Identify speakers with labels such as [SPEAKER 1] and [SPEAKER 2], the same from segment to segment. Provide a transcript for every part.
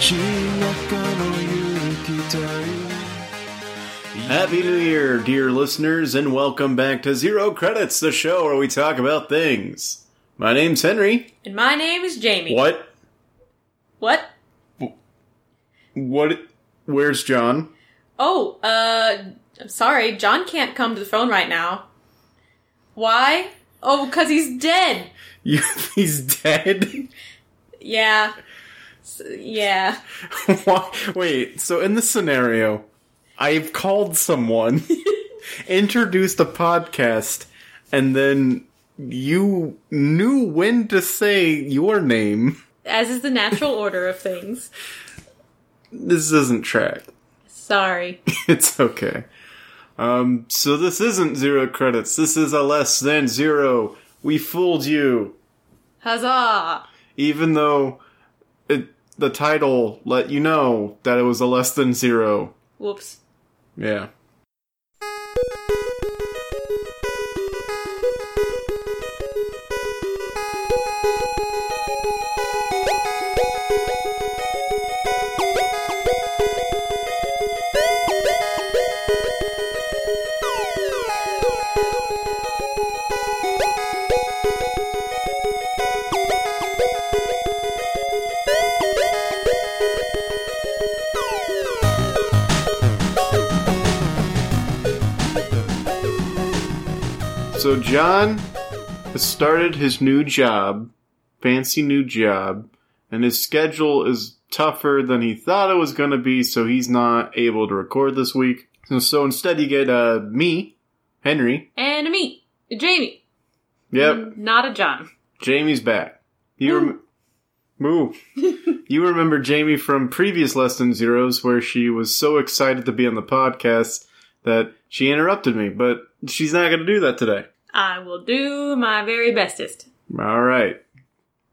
[SPEAKER 1] 街中の勇気と
[SPEAKER 2] Happy New Year, dear listeners, and welcome back to Zero Credits, the show where we talk about things. My name's Henry.
[SPEAKER 3] And my name is Jamie.
[SPEAKER 2] What?
[SPEAKER 3] What?
[SPEAKER 2] What? Where's John?
[SPEAKER 3] Oh, uh, I'm sorry. John can't come to the phone right now. Why? Oh, because he's dead.
[SPEAKER 2] You, he's dead?
[SPEAKER 3] Yeah. S- yeah.
[SPEAKER 2] Why? Wait, so in this scenario, I've called someone, introduced a podcast, and then you knew when to say your name.
[SPEAKER 3] As is the natural order of things.
[SPEAKER 2] This doesn't track.
[SPEAKER 3] Sorry.
[SPEAKER 2] It's okay. Um, so this isn't zero credits. This is a less than zero. We fooled you,
[SPEAKER 3] Huzzah!
[SPEAKER 2] even though it, the title let you know that it was a less than zero.
[SPEAKER 3] Whoops.
[SPEAKER 2] Yeah. So John has started his new job, fancy new job, and his schedule is tougher than he thought it was going to be, so he's not able to record this week. And so instead, you get uh, me, Henry.
[SPEAKER 3] And a me, a Jamie.
[SPEAKER 2] Yep,
[SPEAKER 3] Mm, Not a John.
[SPEAKER 2] Jamie's back. You rem- Moo. you remember Jamie from previous Lesson Zeros, where she was so excited to be on the podcast that she interrupted me, but she's not going to do that today.
[SPEAKER 3] I will do my very bestest.
[SPEAKER 2] All right.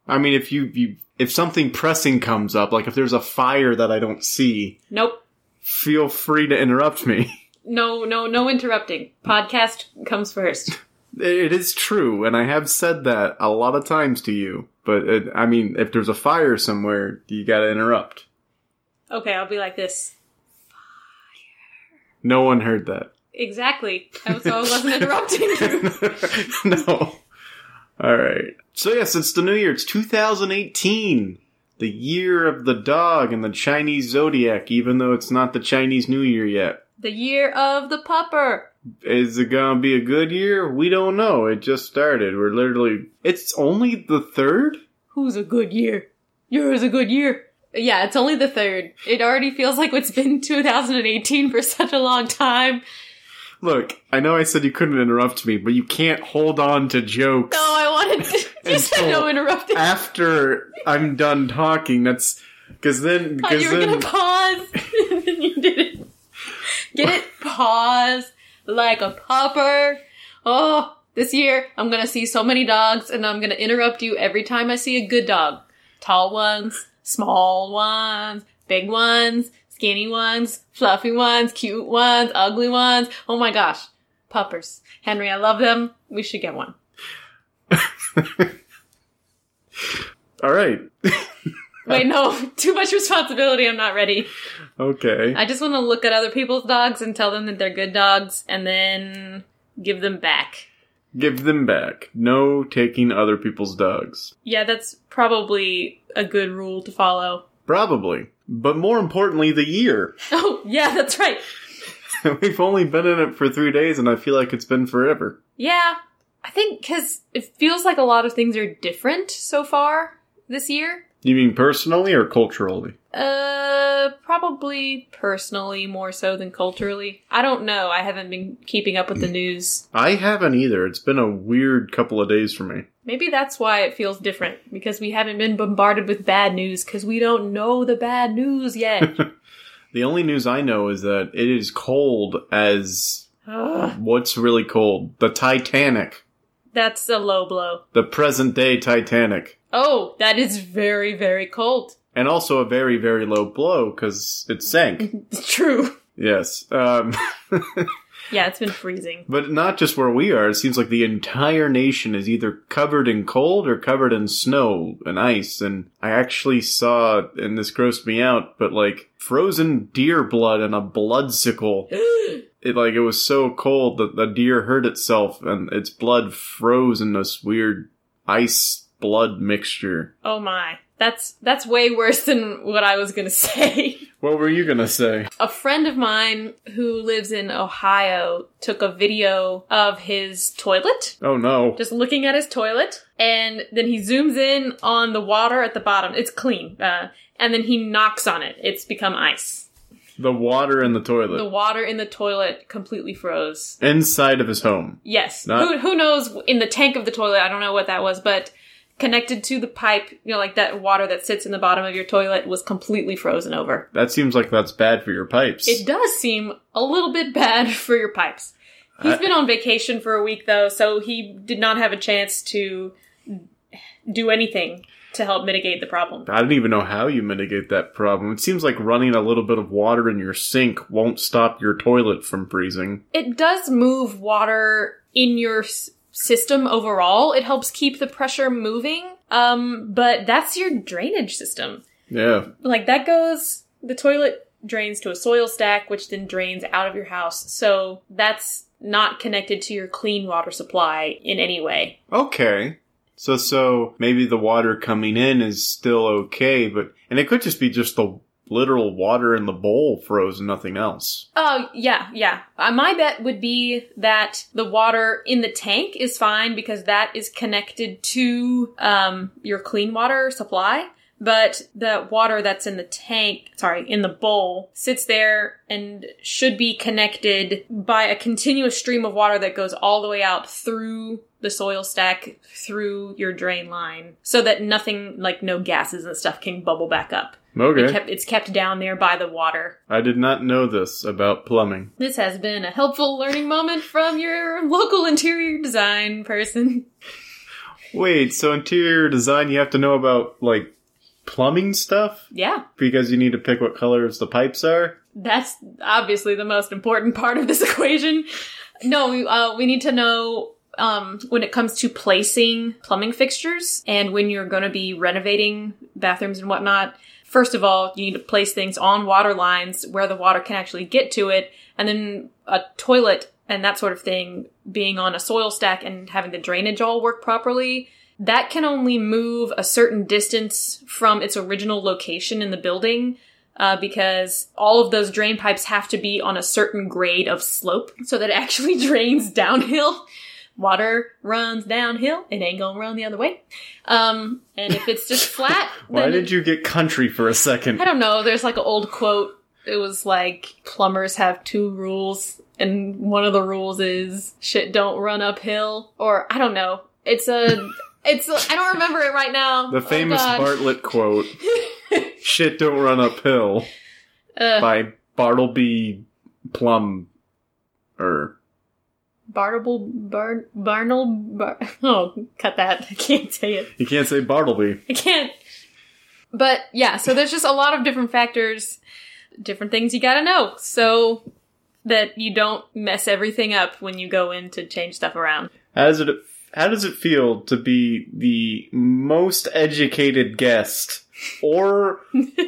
[SPEAKER 2] I mean, if you, you if something pressing comes up, like if there's a fire that I don't see,
[SPEAKER 3] Nope.
[SPEAKER 2] feel free to interrupt me.
[SPEAKER 3] No, no, no interrupting. Podcast comes first.
[SPEAKER 2] It is true, and I have said that a lot of times to you. But it, I mean, if there's a fire somewhere, you got to interrupt.
[SPEAKER 3] Okay, I'll be like this.
[SPEAKER 2] No one heard that.
[SPEAKER 3] Exactly. Oh, So I wasn't interrupting you.
[SPEAKER 2] no. All right. So yes, it's the new year. It's 2018, the year of the dog in the Chinese zodiac. Even though it's not the Chinese New Year yet.
[SPEAKER 3] The year of the pupper.
[SPEAKER 2] Is it gonna be a good year? We don't know. It just started. We're literally. It's only the third.
[SPEAKER 3] Who's a good year? Yours a good year. Yeah, it's only the third. It already feels like it's been 2018 for such a long time.
[SPEAKER 2] Look, I know I said you couldn't interrupt me, but you can't hold on to jokes
[SPEAKER 3] No, I wanted. you said no
[SPEAKER 2] Until
[SPEAKER 3] interrupting.
[SPEAKER 2] after I'm done talking. That's because then
[SPEAKER 3] I thought
[SPEAKER 2] because
[SPEAKER 3] Oh, you were
[SPEAKER 2] then
[SPEAKER 3] gonna pause, and then you did it. Get it? Pause like a pupper. Oh, this year I'm gonna see so many dogs, and I'm gonna interrupt you every time I see a good dog. Tall ones, small ones, big ones, skinny ones, fluffy ones, cute ones, ugly ones. Oh my gosh, puppers. Henry, I love them. We should get one.
[SPEAKER 2] all right,
[SPEAKER 3] Wait, no, too much responsibility. I'm not ready.
[SPEAKER 2] okay.
[SPEAKER 3] I just want to look at other people's dogs and tell them that they're good dogs and then give them back.
[SPEAKER 2] Give them back. No taking other people's dogs.
[SPEAKER 3] Yeah, that's probably a good rule to follow.
[SPEAKER 2] Probably, but more importantly, the year.
[SPEAKER 3] Oh, yeah, that's right.
[SPEAKER 2] We've only been in it for three days, and I feel like it's been forever.
[SPEAKER 3] Yeah, I think because it feels like a lot of things are different so far this year.
[SPEAKER 2] You mean personally or culturally?
[SPEAKER 3] Uh, probably personally more so than culturally. I don't know. I haven't been keeping up with the news.
[SPEAKER 2] I haven't either. It's been a weird couple of days for me.
[SPEAKER 3] Maybe that's why it feels different because we haven't been bombarded with bad news because we don't know the bad news yet.
[SPEAKER 2] The only news I know is that it is cold as
[SPEAKER 3] Ugh.
[SPEAKER 2] what's really cold? The Titanic.
[SPEAKER 3] That's a low blow.
[SPEAKER 2] The present day Titanic.
[SPEAKER 3] Oh, that is very, very cold.
[SPEAKER 2] And also a very, very low blow because it sank.
[SPEAKER 3] It's true.
[SPEAKER 2] yes. Um,
[SPEAKER 3] Yeah, it's been freezing.
[SPEAKER 2] But not just where we are. It seems like the entire nation is either covered in cold or covered in snow and ice. And I actually saw, and this grossed me out, but like frozen deer blood and a bloodsicle. It like it was so cold that the deer hurt itself and its blood froze in this weird ice blood mixture.
[SPEAKER 3] Oh my. That's that's way worse than what I was gonna say.
[SPEAKER 2] What were you gonna say?
[SPEAKER 3] A friend of mine who lives in Ohio took a video of his toilet,
[SPEAKER 2] Oh no.
[SPEAKER 3] just looking at his toilet, and then he zooms in on the water at the bottom. It's clean. Uh, and then he knocks on it. It's become ice.
[SPEAKER 2] The water in the toilet.
[SPEAKER 3] The water in the toilet completely froze.
[SPEAKER 2] Inside of his home.
[SPEAKER 3] Yes.
[SPEAKER 2] Not-
[SPEAKER 3] who, who knows in the tank of the toilet? I don't know what that was, but connected to the pipe, you know, like that water that sits in the bottom of your toilet was completely frozen over.
[SPEAKER 2] That seems like that's bad for your pipes.
[SPEAKER 3] It does seem a little bit bad for your pipes. He's
[SPEAKER 2] I-
[SPEAKER 3] been on vacation for a week though, so he did not have a chance to do anything to help mitigate the problem.
[SPEAKER 2] I don't even know how you mitigate that problem. It seems like running a little bit of water in your sink won't stop your toilet from freezing.
[SPEAKER 3] It does move water in your s- system overall. It helps keep the pressure moving. Um, but that's your drainage system.
[SPEAKER 2] Yeah.
[SPEAKER 3] like that goes the toilet drains to a soil stack which then drains out of your house so that's not connected to your clean water supply in any way
[SPEAKER 2] Okay. So so maybe the water coming in is still okay, but and it could just be just the literal water in the bowl froze and nothing else.
[SPEAKER 3] oh yeah yeah uh, my bet would be that the water in the tank is fine because that is connected to um, your clean water supply but the water that's in the tank sorry in the bowl sits there and should be connected by a continuous stream of water that goes all the way out through the soil stack through your drain line so that nothing like no gases and stuff can bubble back up
[SPEAKER 2] Okay.
[SPEAKER 3] it kept, it's kept down there by the water
[SPEAKER 2] I did not know this about plumbing.
[SPEAKER 3] this has been a helpful learning moment from your local interior design person
[SPEAKER 2] Wait, so interior design you have to know about like plumbing stuff
[SPEAKER 3] yeah
[SPEAKER 2] because you need to pick what colors the pipes are?
[SPEAKER 3] that's obviously the most important part of this equation. No, we, uh, we need to know um, when it comes to placing plumbing fixtures and when you're going to be renovating bathrooms and whatnot. First of all, you need to place things on water lines where the water can actually get to it, and then a toilet and that sort of thing being on a soil stack and having the drainage all work properly. That can only move a certain distance from its original location in the building uh, because all of those drain pipes have to be on a certain grade of slope so that it actually drains downhill. Water runs downhill; it ain't gonna run the other way. Um, and if it's just flat,
[SPEAKER 2] Why
[SPEAKER 3] then
[SPEAKER 2] did you get country for a second?
[SPEAKER 3] I don't know. There's like an old quote. It was like plumbers have two rules, and one of the rules is shit don't run uphill, or I don't know. It's a, it's I I don't remember it right now.
[SPEAKER 2] The
[SPEAKER 3] Oh,
[SPEAKER 2] famous
[SPEAKER 3] God.
[SPEAKER 2] Bartlett quote Shit don't run uphill
[SPEAKER 3] uh,
[SPEAKER 2] by Bartleby Plum Er, or
[SPEAKER 3] Barnable Barn Barnel Bar- Oh, cut that! I can't say it.
[SPEAKER 2] you can't say Bartleby.
[SPEAKER 3] I can't. But yeah, so there's just a lot of different factors, different things you gotta know, so that you don't mess everything up when you go in to change stuff around.
[SPEAKER 2] How does it how does it feel to be the most educated guest or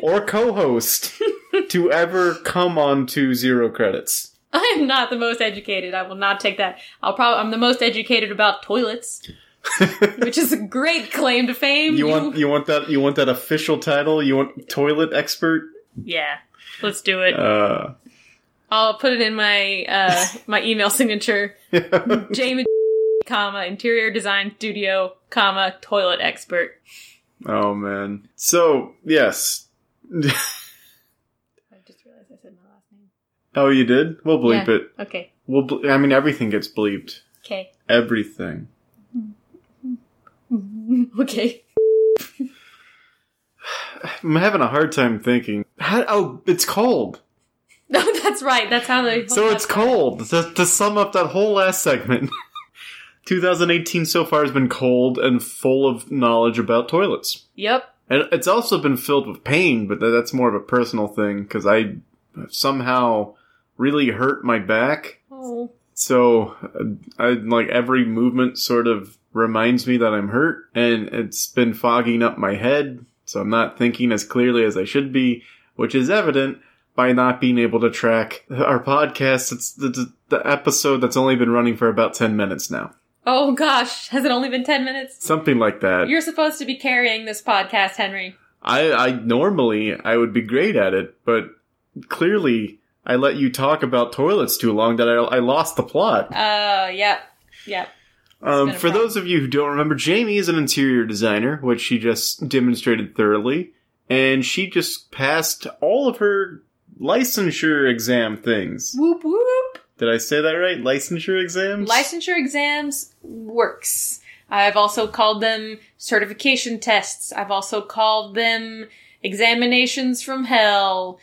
[SPEAKER 2] or co-host to ever come on to zero credits?
[SPEAKER 3] I am not the most educated. I will not take that. I'll probably I'm the most educated about toilets, which is a great claim to fame.
[SPEAKER 2] You want you want that you want that official title? You want toilet expert?
[SPEAKER 3] yeah. Let's do it.
[SPEAKER 2] Uh
[SPEAKER 3] I'll put it in my uh, my email signature. Jamie, comma interior design studio, comma toilet expert.
[SPEAKER 2] oh man. So, yes.
[SPEAKER 3] I just realized I said my last name.
[SPEAKER 2] Oh, you did? We'll bleep
[SPEAKER 3] Yeah.
[SPEAKER 2] it.
[SPEAKER 3] Okay.
[SPEAKER 2] Well, ble- I mean, everything gets bleeped.
[SPEAKER 3] Okay.
[SPEAKER 2] Everything.
[SPEAKER 3] okay.
[SPEAKER 2] I'm having a hard time thinking. How, oh, it's cold.
[SPEAKER 3] No, that's right. That's how they.
[SPEAKER 2] So it's cold. To, to sum up that whole last segment, 2018 so far has been cold and full of knowledge about toilets.
[SPEAKER 3] Yep.
[SPEAKER 2] And it's also been filled with pain, but tha- that's more of a personal thing because I somehow really hurt my back.
[SPEAKER 3] no.
[SPEAKER 2] so uh, I like every movement sort of reminds me that I'm hurt and it's been fogging up my head so I'm not thinking as clearly as I should be which is evident by not being able to track our podcast it's the, the, the episode that's only been running for about 10 minutes now
[SPEAKER 3] Oh gosh, has it only been 10 minutes?
[SPEAKER 2] something like that
[SPEAKER 3] You're supposed to be carrying this podcast, Henry.
[SPEAKER 2] I, I normally I would be great at it, but clearly I let you talk about toilets too long that I, I lost the plot.
[SPEAKER 3] Uh, yep. Yep.
[SPEAKER 2] Um,
[SPEAKER 3] been a
[SPEAKER 2] for
[SPEAKER 3] problem.
[SPEAKER 2] those of you who don't remember, Jamie is an interior designer, which she just demonstrated thoroughly, and she just passed all of her licensure exam things.
[SPEAKER 3] Whoop whoop.
[SPEAKER 2] Did I say that right? Licensure exams.
[SPEAKER 3] Licensure exams works. I've also called them certification tests. I've also called them examinations from hell.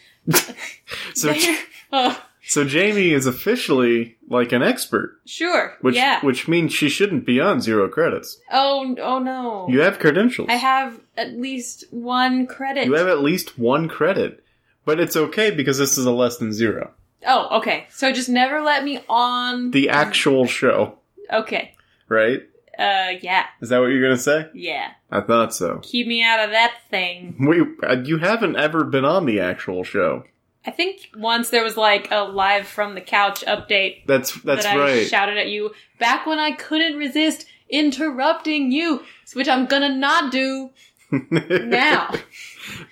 [SPEAKER 2] so,
[SPEAKER 3] Oh,
[SPEAKER 2] so Jamie is officially like an expert,
[SPEAKER 3] sure.
[SPEAKER 2] which
[SPEAKER 3] yeah.
[SPEAKER 2] which means she shouldn't be on zero credits.
[SPEAKER 3] oh, oh no.
[SPEAKER 2] You have credentials.
[SPEAKER 3] I have at least one credit.
[SPEAKER 2] You have at least one credit, but it's okay because this is a less than zero.
[SPEAKER 3] oh, okay. So just never let me on.
[SPEAKER 2] The actual show,
[SPEAKER 3] okay.
[SPEAKER 2] right?
[SPEAKER 3] Uh, yeah,
[SPEAKER 2] Is that what you're gonna say?
[SPEAKER 3] yeah.
[SPEAKER 2] I thought so.
[SPEAKER 3] Keep me out of that thing.
[SPEAKER 2] We, uh, you haven't ever been on the actual show.
[SPEAKER 3] I think once there was like a live from the couch update
[SPEAKER 2] That's that's
[SPEAKER 3] that I
[SPEAKER 2] right.
[SPEAKER 3] shouted at you back when I couldn't resist interrupting you, which I'm gonna not do now.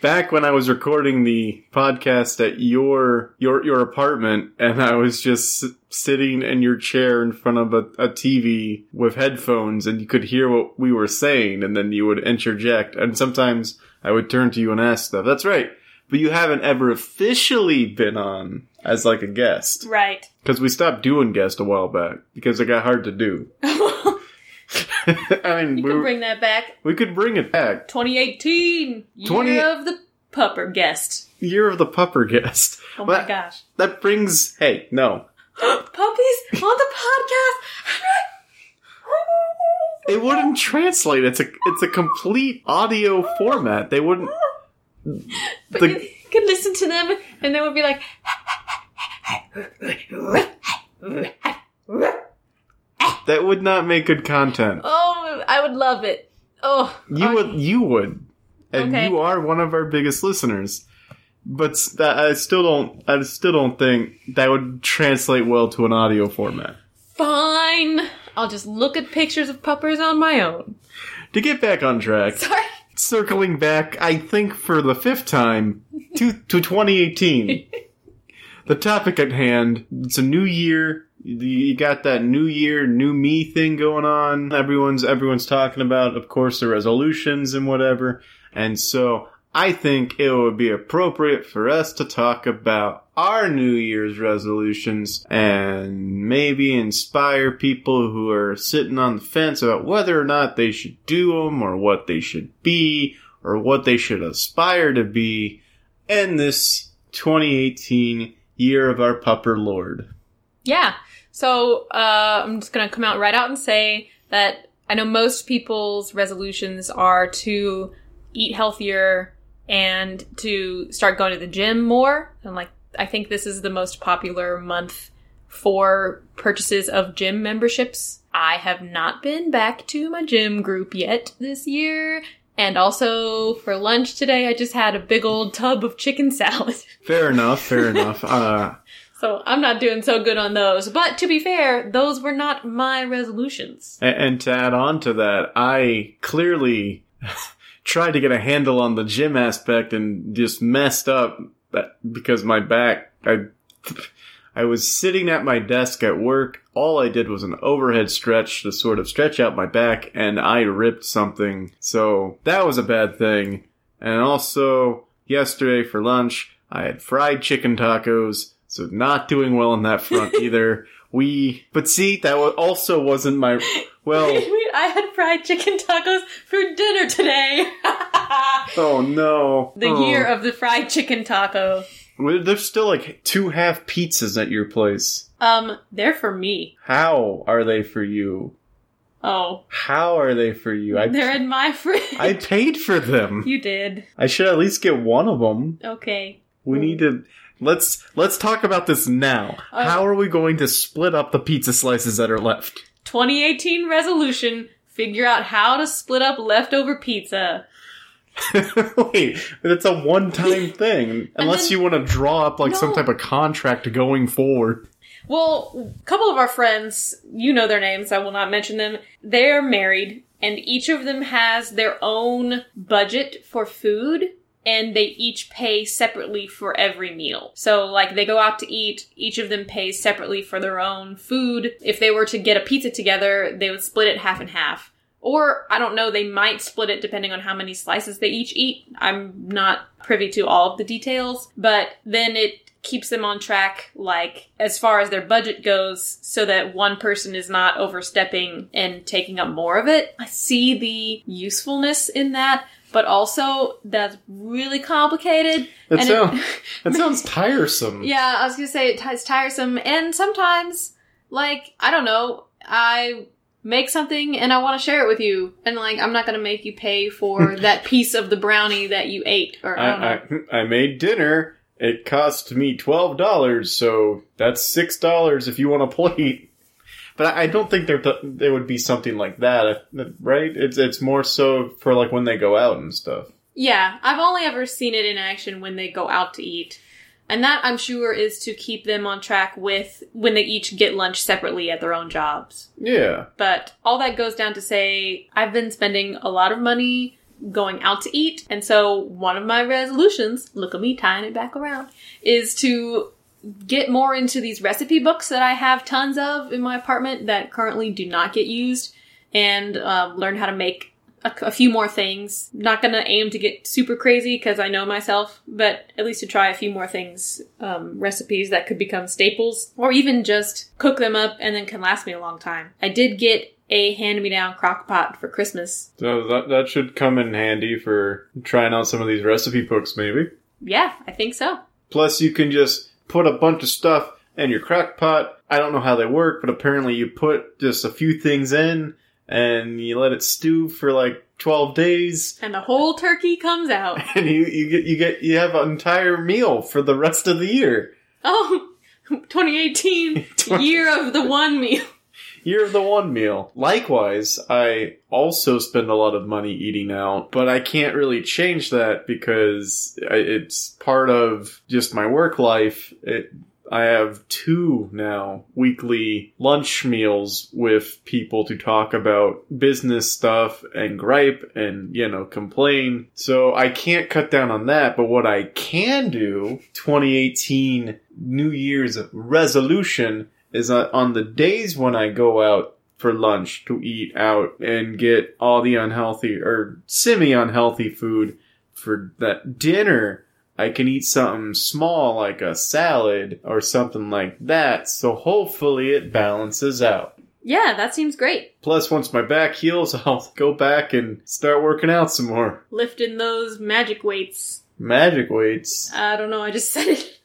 [SPEAKER 2] Back when I was recording the podcast at your your your apartment, and I was just s- sitting in your chair in front of a, a TV with headphones, and you could hear what we were saying, and then you would interject, and sometimes I would turn to you and ask stuff. That's right, but you haven't ever officially been on as like a guest
[SPEAKER 3] right.
[SPEAKER 2] because we stopped doing guest a while back because it got hard to do.
[SPEAKER 3] you
[SPEAKER 2] I mean, we,
[SPEAKER 3] can
[SPEAKER 2] were-
[SPEAKER 3] bring that back.
[SPEAKER 2] we could bring it back.
[SPEAKER 3] 2018, year
[SPEAKER 2] 20
[SPEAKER 3] of the pupper guest.
[SPEAKER 2] Year of the Pupper Guest.
[SPEAKER 3] Oh
[SPEAKER 2] Well,
[SPEAKER 3] my gosh.
[SPEAKER 2] That brings. Hey, no.
[SPEAKER 3] Puppies on the podcast.
[SPEAKER 2] It wouldn't translate. It's a it's a complete audio format. They wouldn't.
[SPEAKER 3] but
[SPEAKER 2] The-
[SPEAKER 3] you, you could listen to them and they would be like,
[SPEAKER 2] That would not make good content.
[SPEAKER 3] oh, I would love it. Oh,
[SPEAKER 2] You
[SPEAKER 3] I-
[SPEAKER 2] would. You would. And
[SPEAKER 3] Okay.
[SPEAKER 2] you are one of our biggest listeners. But s- that, I still don't. I still don't think that would translate well to an audio format.
[SPEAKER 3] Fine. I'll just look at pictures of puppers on my own.
[SPEAKER 2] To get back on track,
[SPEAKER 3] Sorry.
[SPEAKER 2] circling back, I think for the fifth time to to 2018. the topic at hand. It's a new year. You- You got that new year, new me thing going on. Everyone's everyone's talking about, of course, the resolutions and whatever. And so I think it would be appropriate for us to talk about our New Year's resolutions and maybe inspire people who are sitting on the fence about whether or not they should do them or what they should be or what they should aspire to be in this 2018 year of our pupper lord.
[SPEAKER 3] Yeah. So uh, I'm just going to come out right out and say that I know most people's resolutions are to eat healthier and to start going to the gym more. And like, I think this is the most popular month for purchases of gym memberships. I have not been back to my gym group yet this year. And also for lunch today, I just had a big old tub of chicken salad.
[SPEAKER 2] Fair enough, fair enough. Uh,
[SPEAKER 3] So I'm not doing so good on those. But to be fair, those were not my resolutions.
[SPEAKER 2] A- And to add on to that, I clearly tried to get a handle on the gym aspect and just messed up that- because my back. I I was sitting at my desk at work. All I did was an overhead stretch to sort of stretch out my back, and I ripped something. So that was a bad thing. And also yesterday for lunch, I had fried chicken tacos. So not doing well on that front either. We, but see, that wa- also wasn't my, well,
[SPEAKER 3] Wait, I had fried chicken tacos for dinner today.
[SPEAKER 2] Oh no!
[SPEAKER 3] the
[SPEAKER 2] Oh.
[SPEAKER 3] year of the fried chicken taco.
[SPEAKER 2] Well, there's still like two half pizzas at your place.
[SPEAKER 3] Um, they're for me.
[SPEAKER 2] How are they for you?
[SPEAKER 3] Oh,
[SPEAKER 2] How are they for you? I
[SPEAKER 3] they're in my fridge.
[SPEAKER 2] I paid for them.
[SPEAKER 3] you did.
[SPEAKER 2] I should at least get one of them.
[SPEAKER 3] Okay.
[SPEAKER 2] We need to. Let's let's talk about this now.
[SPEAKER 3] Uh,
[SPEAKER 2] How are we going to split up the pizza slices that are left?
[SPEAKER 3] 2018 resolution figure out how to split up leftover pizza.
[SPEAKER 2] Wait, that's a one-time thing. Unless
[SPEAKER 3] then-
[SPEAKER 2] you want to draw up like some
[SPEAKER 3] No.
[SPEAKER 2] type of contract going forward.
[SPEAKER 3] Well, a couple of our friends, you know their names, I will not mention them. They are married, and each of them has their own budget for food, and they each pay separately for every meal. So, like, they go out to eat, each of them pays separately for their own food. If they were to get a pizza together, they would split it half and half. Or, I don't know, they might split it depending on how many slices they each eat. I'm not privy to all of the details, but then it keeps them on track, like, as far as their budget goes, so that one person is not overstepping and taking up more of it. I see the usefulness in that, but also that's really complicated.
[SPEAKER 2] That
[SPEAKER 3] and it-
[SPEAKER 2] sounds that sounds tiresome.
[SPEAKER 3] yeah, I was gonna say it t- it's tiresome, and sometimes, like, I don't know, I make something and I want to share it with you, and like, I'm not gonna make you pay for that piece of the brownie that you ate, or I don't know.
[SPEAKER 2] I, I I made dinner. It cost me twelve dollars, so that's six dollars if you want a plate. But I I don't think there there would be something like that, right? It's it's more so for like when they go out and stuff.
[SPEAKER 3] yeah, I've only ever seen it in action when they go out to eat. And that I'm sure is to keep them on track with when they each get lunch separately at their own jobs.
[SPEAKER 2] Yeah,
[SPEAKER 3] But all that goes down to say I've been spending a lot of money going out to eat, and so one of my resolutions, look at me tying it back around, is to get more into these recipe books that I have tons of in my apartment that currently do not get used, and um, learn how to make a, a few more things. Not gonna aim to get super crazy because I know myself, but at least to try a few more things, um, recipes that could become staples, or even just cook them up and then can last me a long time. I did get a hand-me-down crock pot for Christmas.
[SPEAKER 2] so that that should come in handy for trying out some of these recipe books, maybe.
[SPEAKER 3] Yeah, I think so.
[SPEAKER 2] Plus, you can just put a bunch of stuff in your crock pot. I don't know how they work, but apparently you put just a few things in and you let it stew for like twelve days.
[SPEAKER 3] And the whole turkey comes out.
[SPEAKER 2] and you, you get you get you have an entire meal for the rest of the year.
[SPEAKER 3] Oh, 2018, year of the one meal.
[SPEAKER 2] Year of the one meal. Likewise, I also spend a lot of money eating out, but I can't really change that because I- it's part of just my work life. It, I have two now weekly lunch meals with people to talk about business stuff and gripe and, you know, complain. So I can't cut down on that. But what I can do, 2018 New Year's resolution, is that on the days when I go out for lunch to eat out and get all the unhealthy or semi unhealthy food for that dinner I can eat something small like a salad or something like that, so hopefully it balances out.
[SPEAKER 3] Yeah, that seems great.
[SPEAKER 2] Plus, once my back heals, I'll go back and start working out some more.
[SPEAKER 3] Lifting those magic weights.
[SPEAKER 2] Magic weights.
[SPEAKER 3] I don't know, I just said it.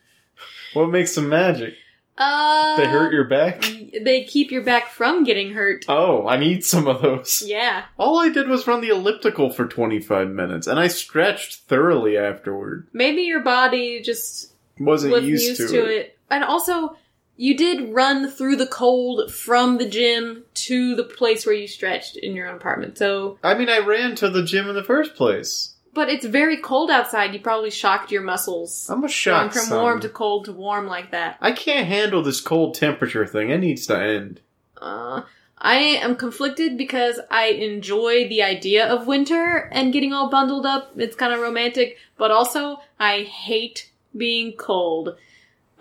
[SPEAKER 2] What makes them magic?
[SPEAKER 3] Uh,
[SPEAKER 2] They hurt your back?
[SPEAKER 3] They keep your back from getting hurt.
[SPEAKER 2] Oh, I need some of those.
[SPEAKER 3] Yeah.
[SPEAKER 2] All I did was run the elliptical for 25 minutes, and I stretched thoroughly afterward.
[SPEAKER 3] Maybe your body just
[SPEAKER 2] Wasn't
[SPEAKER 3] wasn't
[SPEAKER 2] used,
[SPEAKER 3] used,
[SPEAKER 2] to, it.
[SPEAKER 3] And also, you did run through the cold from the gym to the place where you stretched in your own apartment. So,
[SPEAKER 2] I mean, I ran to the gym in the first place.
[SPEAKER 3] but it's very cold outside. You probably shocked your muscles.
[SPEAKER 2] I'm a
[SPEAKER 3] Going
[SPEAKER 2] shock.
[SPEAKER 3] from
[SPEAKER 2] son.
[SPEAKER 3] warm to cold to warm like that.
[SPEAKER 2] I can't handle this cold temperature thing. It needs to end.
[SPEAKER 3] Uh, I am conflicted because I enjoy the idea of winter and getting all bundled up. It's kind of romantic, but also I hate being cold.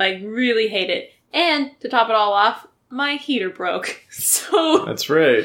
[SPEAKER 3] Like, really hate it. And to top it all off, my heater broke. So,
[SPEAKER 2] That's right.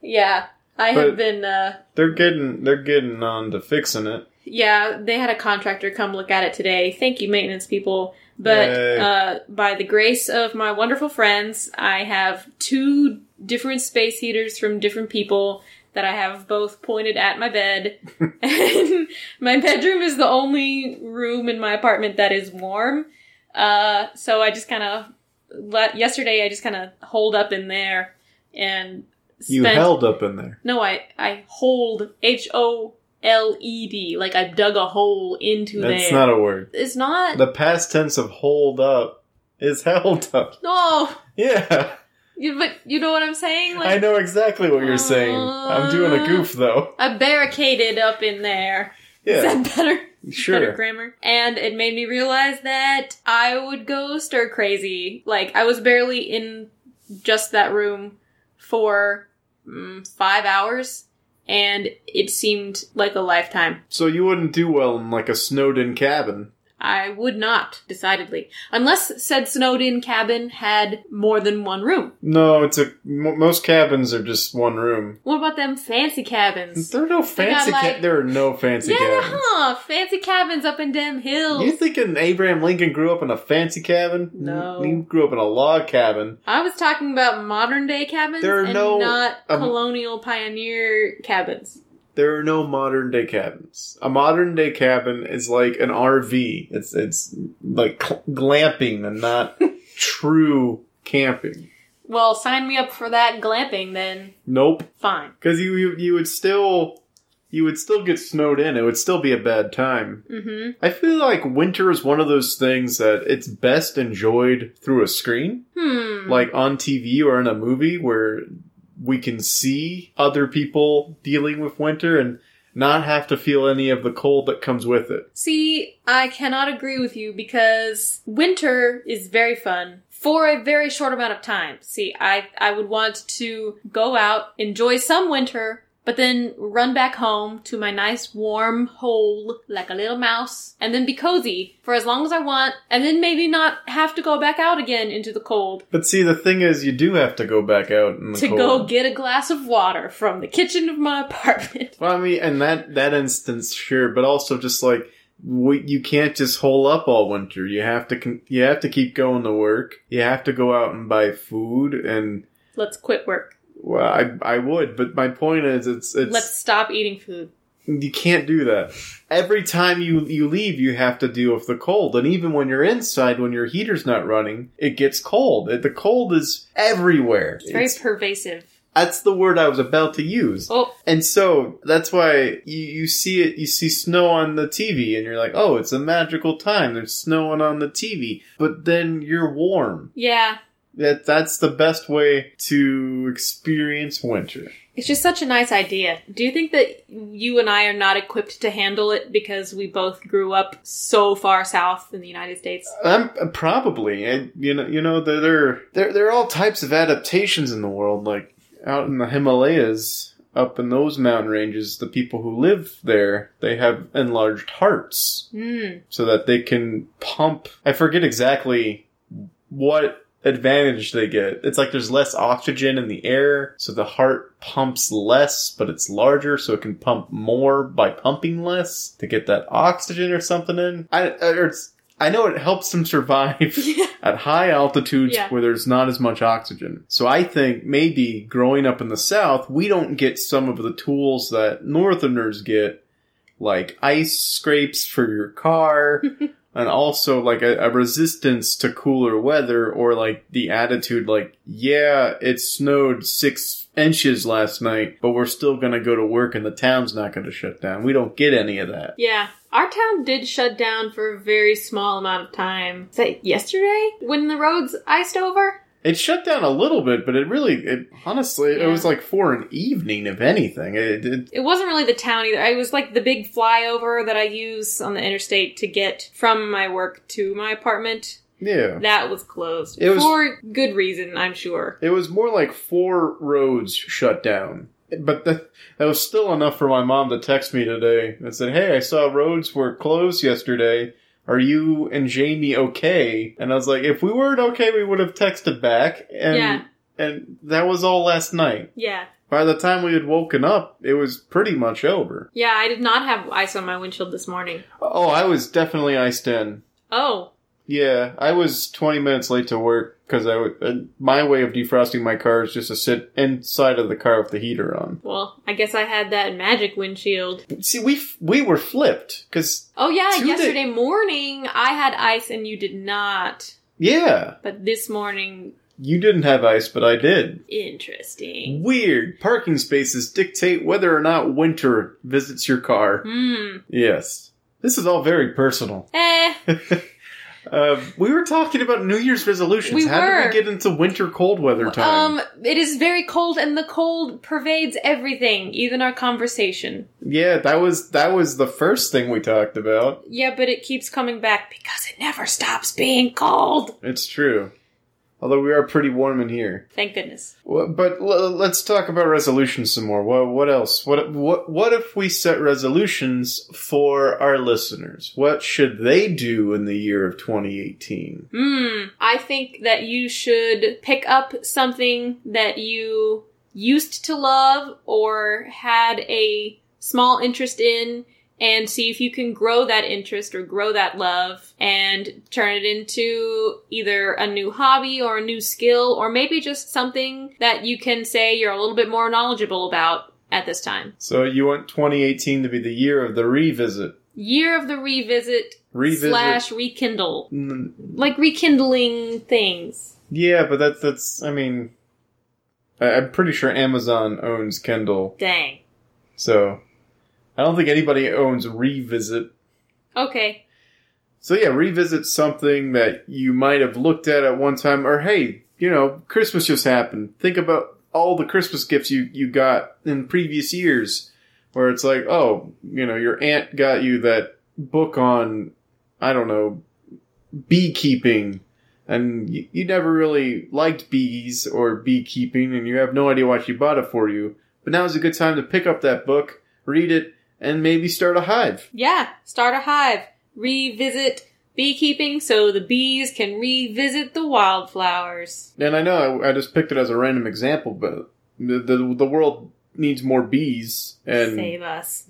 [SPEAKER 3] yeah, I
[SPEAKER 2] But-
[SPEAKER 3] have been, uh,
[SPEAKER 2] They're getting they're getting on to fixing it.
[SPEAKER 3] yeah, they had a contractor come look at it today. Thank you, maintenance people. But
[SPEAKER 2] Yay.
[SPEAKER 3] uh, by the grace of my wonderful friends, I have two different space heaters from different people that I have both pointed at my bed. and my bedroom is the only room in my apartment that is warm. Uh, so I just kind of let yesterday I just kind of holed up in there and
[SPEAKER 2] You
[SPEAKER 3] spent-
[SPEAKER 2] held up in there.
[SPEAKER 3] no, I I hold H O L E D. Like I dug a hole into
[SPEAKER 2] That's
[SPEAKER 3] there.
[SPEAKER 2] not a word.
[SPEAKER 3] it's not.
[SPEAKER 2] The past tense of hold up is held up.
[SPEAKER 3] no.
[SPEAKER 2] Yeah.
[SPEAKER 3] You, but you know what I'm saying? Like
[SPEAKER 2] I know exactly what you're saying. I'm doing a goof though.
[SPEAKER 3] I barricaded up in there. Is
[SPEAKER 2] Yeah.
[SPEAKER 3] that better? better
[SPEAKER 2] Sure.
[SPEAKER 3] grammar. And it made me realize that I would go stir crazy. Like, I was barely in just that room for mm, five hours, and it seemed like a lifetime.
[SPEAKER 2] So you wouldn't do well in like a Snowden cabin.
[SPEAKER 3] I would not, decidedly. Unless said Snowden cabin had more than one room.
[SPEAKER 2] No, it's a m- most cabins are just one room.
[SPEAKER 3] What about them fancy cabins?
[SPEAKER 2] There are no
[SPEAKER 3] got,
[SPEAKER 2] fancy. ca-
[SPEAKER 3] like-
[SPEAKER 2] there are no fancy
[SPEAKER 3] Yeah,
[SPEAKER 2] cabins.
[SPEAKER 3] huh? Fancy cabins up in them hills.
[SPEAKER 2] You thinking Abraham Lincoln grew up in a fancy cabin?
[SPEAKER 3] No.
[SPEAKER 2] He grew up in a log cabin.
[SPEAKER 3] I was talking about modern day cabins
[SPEAKER 2] There are
[SPEAKER 3] and
[SPEAKER 2] no,
[SPEAKER 3] not
[SPEAKER 2] um,
[SPEAKER 3] colonial pioneer cabins.
[SPEAKER 2] There are no modern day cabins. A modern day cabin is like an RV. It's it's like cl- glamping and not true camping.
[SPEAKER 3] Well, sign me up for that glamping then.
[SPEAKER 2] Nope,
[SPEAKER 3] Fine.
[SPEAKER 2] because you, you you would still you would still get snowed in. It would still be a bad time.
[SPEAKER 3] Mm-hmm.
[SPEAKER 2] I feel like winter is one of those things that it's best enjoyed through a screen,
[SPEAKER 3] Hmm.
[SPEAKER 2] like on TV or in a movie, where we can see other people dealing with winter and not have to feel any of the cold that comes with it.
[SPEAKER 3] See, I cannot agree with you because winter is very fun for a very short amount of time. See, I I would want to go out, enjoy some winter, but then run back home to my nice warm hole like a little mouse and then be cozy for as long as I want and then maybe not have to go back out again into the cold
[SPEAKER 2] But see, the thing is, you do have to go back out in the
[SPEAKER 3] to
[SPEAKER 2] cold.
[SPEAKER 3] go get a glass of water from the kitchen of my apartment.
[SPEAKER 2] well, I mean, and that that instance, sure, but also just like we, you can't just hole up all winter. You have to con- you have to keep going to work. You have to go out and buy food, and
[SPEAKER 3] Let's quit work.
[SPEAKER 2] well, I I would, but my point is, it's it's
[SPEAKER 3] Let's stop eating food.
[SPEAKER 2] you can't do that. Every time you you leave, you have to deal with the cold, and even when you're inside, when your heater's not running, it gets cold. It- The cold is everywhere.
[SPEAKER 3] It's very
[SPEAKER 2] It's-
[SPEAKER 3] pervasive.
[SPEAKER 2] that's the word I was about to use.
[SPEAKER 3] Oh,
[SPEAKER 2] And so that's why you, you see it, you see snow on the TV and you're like, oh, it's a magical time. There's snowing on the TV. But then you're warm.
[SPEAKER 3] yeah.
[SPEAKER 2] That That's the best way to experience winter.
[SPEAKER 3] It's just such a nice idea. Do you think that you and I are not equipped to handle it because we both grew up so far south in the United States?
[SPEAKER 2] I'm Um, probably, and you know, you know, there, there, there, there are all types of adaptations in the world. Like out in the Himalayas, up in those mountain ranges, the people who live there, they have enlarged hearts.
[SPEAKER 3] Hmm.
[SPEAKER 2] so that they can pump. I forget exactly what advantage they get. It's like there's less oxygen in the air, so the heart pumps less, but it's larger, so it can pump more by pumping less to get that oxygen or something in. I uh, or it's, I know it helps them survive
[SPEAKER 3] Yeah.
[SPEAKER 2] at high altitudes
[SPEAKER 3] Yeah.
[SPEAKER 2] where there's not as much oxygen. So I think maybe growing up in the South, we don't get some of the tools that Northerners get, like ice scrapes for your car, and also like a, a resistance to cooler weather, or like the attitude, like, yeah, it snowed six inches last night, but we're still going to go to work and the town's not going to shut down. We don't get any of that.
[SPEAKER 3] Yeah. Our town did shut down for a very small amount of time. Is that yesterday? When the roads iced over?
[SPEAKER 2] It shut down a little bit, but it really, it honestly,
[SPEAKER 3] Yeah.
[SPEAKER 2] it was like for an evening, if anything. It, it,
[SPEAKER 3] It wasn't really the town either. It was like the big flyover that I use on the interstate to get from my work to my apartment.
[SPEAKER 2] yeah.
[SPEAKER 3] That was closed.
[SPEAKER 2] It was-
[SPEAKER 3] for good reason, I'm sure.
[SPEAKER 2] It was more like four roads shut down. But that, that was still enough for my mom to text me today and said, Hey, I saw roads were closed yesterday. Are you and Jamie okay? And I was like, If we weren't okay, we would have texted back. And,
[SPEAKER 3] Yeah.
[SPEAKER 2] and that was all last night.
[SPEAKER 3] Yeah.
[SPEAKER 2] By the time we had woken up, it was pretty much over.
[SPEAKER 3] Yeah, I did not have ice on my windshield this morning.
[SPEAKER 2] Oh, I was definitely iced in.
[SPEAKER 3] Oh.
[SPEAKER 2] Yeah, I was 20 minutes late to work because I would, uh, my way of defrosting my car is just to sit inside of the car with the heater on.
[SPEAKER 3] Well, I guess I had that magic windshield.
[SPEAKER 2] See, we f- we were flipped because
[SPEAKER 3] Oh yeah,
[SPEAKER 2] Two
[SPEAKER 3] yesterday morning I had ice and you did not.
[SPEAKER 2] yeah,
[SPEAKER 3] But this morning
[SPEAKER 2] You didn't have ice, but I did.
[SPEAKER 3] Interesting.
[SPEAKER 2] Weird. Parking spaces dictate whether or not winter visits your car.
[SPEAKER 3] Hmm.
[SPEAKER 2] Yes. This is all very personal.
[SPEAKER 3] Eh.
[SPEAKER 2] Uh, we were talking about New Year's resolutions.
[SPEAKER 3] We
[SPEAKER 2] How did
[SPEAKER 3] were.
[SPEAKER 2] we get into winter cold weather time?
[SPEAKER 3] Um, it is very cold, and the cold pervades everything, even our conversation.
[SPEAKER 2] yeah, that was that was the first thing we talked about.
[SPEAKER 3] Yeah, but it keeps coming back because it never stops being cold.
[SPEAKER 2] It's true. Although we are pretty warm in here.
[SPEAKER 3] Thank goodness.
[SPEAKER 2] Well, But l- let's talk about resolutions some more. What, what else? What, what what if we set resolutions for our listeners? What should they do in the year of 2018?
[SPEAKER 3] Hmm. I think that you should pick up something that you used to love or had a small interest in and see if you can grow that interest or grow that love and turn it into either a new hobby or a new skill or maybe just something that you can say you're a little bit more knowledgeable about at this time.
[SPEAKER 2] So you want 2018 to be the year of the revisit.
[SPEAKER 3] Year of the revisit,
[SPEAKER 2] Revisit.
[SPEAKER 3] slash rekindle.
[SPEAKER 2] Mm,
[SPEAKER 3] Like rekindling things.
[SPEAKER 2] Yeah, but that's that's. I mean, I, I'm pretty sure Amazon owns Kindle,
[SPEAKER 3] Dang.
[SPEAKER 2] so I don't think anybody owns Revisit.
[SPEAKER 3] Okay,
[SPEAKER 2] So yeah, revisit something that you might have looked at at one time, or hey, you know, Christmas just happened. Think about all the Christmas gifts you you got in previous years, where it's like, oh, you know, your aunt got you that book on, I don't know, beekeeping, and you, you never really liked bees or beekeeping, and you have no idea why she bought it for you. But now is a good time to pick up that book, read it, and maybe start a hive.
[SPEAKER 3] Yeah, start a hive. Revisit beekeeping so the bees can revisit the wildflowers.
[SPEAKER 2] And I know I, I just picked it as a random example, but the the, the world needs more bees, and
[SPEAKER 3] Save us.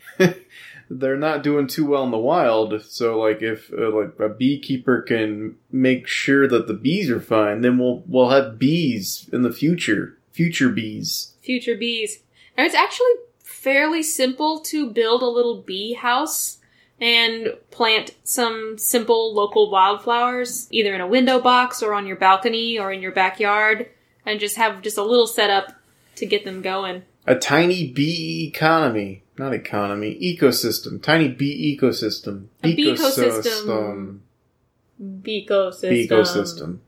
[SPEAKER 2] they're not doing too well in the wild. So, like, if uh, like a beekeeper can make sure that the bees are fine, then we'll we'll have bees in the future, future bees.
[SPEAKER 3] Future bees. And it's actually fairly simple to build a little bee house and plant some simple local wildflowers either in a window box or on your balcony or in your backyard and just have just a little setup to get them going.
[SPEAKER 2] A tiny bee economy, not economy, ecosystem. Tiny bee ecosystem.
[SPEAKER 3] A beecosystem. Ecosystem.
[SPEAKER 2] Ecosystem.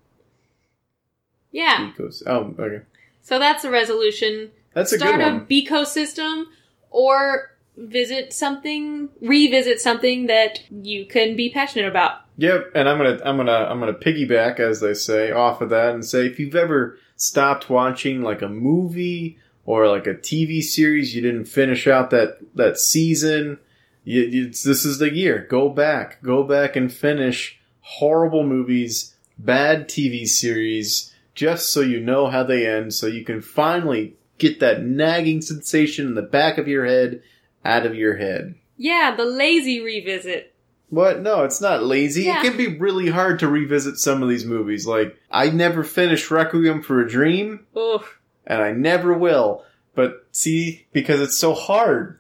[SPEAKER 3] Yeah.
[SPEAKER 2] Ecos. Oh, okay.
[SPEAKER 3] So that's the resolution.
[SPEAKER 2] That's a
[SPEAKER 3] start
[SPEAKER 2] good one.
[SPEAKER 3] a ecosystem or visit something revisit something that you can be passionate about
[SPEAKER 2] Yep, and I'm gonna I'm gonna I'm gonna piggyback, as they say, off of that and say if you've ever stopped watching like a movie or like a TV series, you didn't finish out that that season. You, you, it's- this is the year. Go back, go back and finish horrible movies, bad TV series, just so you know how they end, so you can finally get that nagging sensation in the back of your head out of your head.
[SPEAKER 3] yeah the lazy revisit
[SPEAKER 2] What? No, it's not lazy.
[SPEAKER 3] Yeah.
[SPEAKER 2] It can be really hard to revisit some of these movies. Like, I never finished Requiem for a Dream,
[SPEAKER 3] oof
[SPEAKER 2] and I never will. But see, because it's so hard,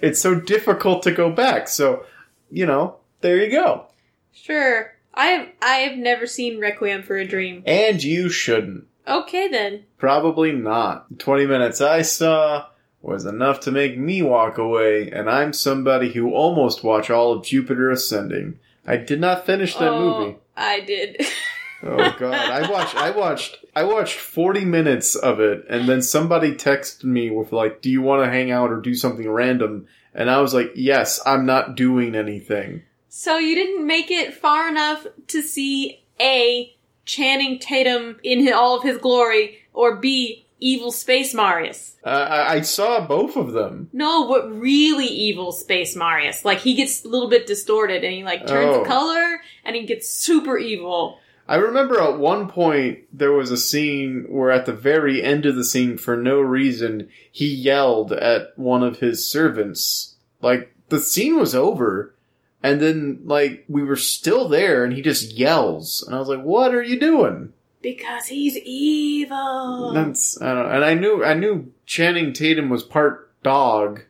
[SPEAKER 2] it's so difficult to go back. So, you know, there you go.
[SPEAKER 3] sure i have i have never seen requiem for a dream
[SPEAKER 2] And you shouldn't.
[SPEAKER 3] okay then
[SPEAKER 2] Probably not. The 20 minutes I saw was enough to make me walk away, and I'm somebody who almost watched all of Jupiter Ascending. I did not finish that
[SPEAKER 3] oh,
[SPEAKER 2] movie.
[SPEAKER 3] i did
[SPEAKER 2] Oh god, I watched I watched I watched 40 minutes of it and then somebody texted me with like, "Do you want to hang out or do something random?" And I was like, "Yes, I'm not doing anything."
[SPEAKER 3] so you didn't make it far enough to see a channing tatum in hi- all of his glory or b evil space marius
[SPEAKER 2] Uh, I, I saw both of them.
[SPEAKER 3] No, what really evil Space Marius? Like he gets a little bit distorted and he like turns
[SPEAKER 2] Oh.
[SPEAKER 3] color and he gets super evil.
[SPEAKER 2] I remember at one point there was a scene where at the very end of the scene for no reason he yelled at one of his servants. Like the scene was over and then like we were still there and he just yells and I was like, "What are you doing?"
[SPEAKER 3] Because he's evil.
[SPEAKER 2] That's I don't know. And I knew I knew Channing Tatum was part dog.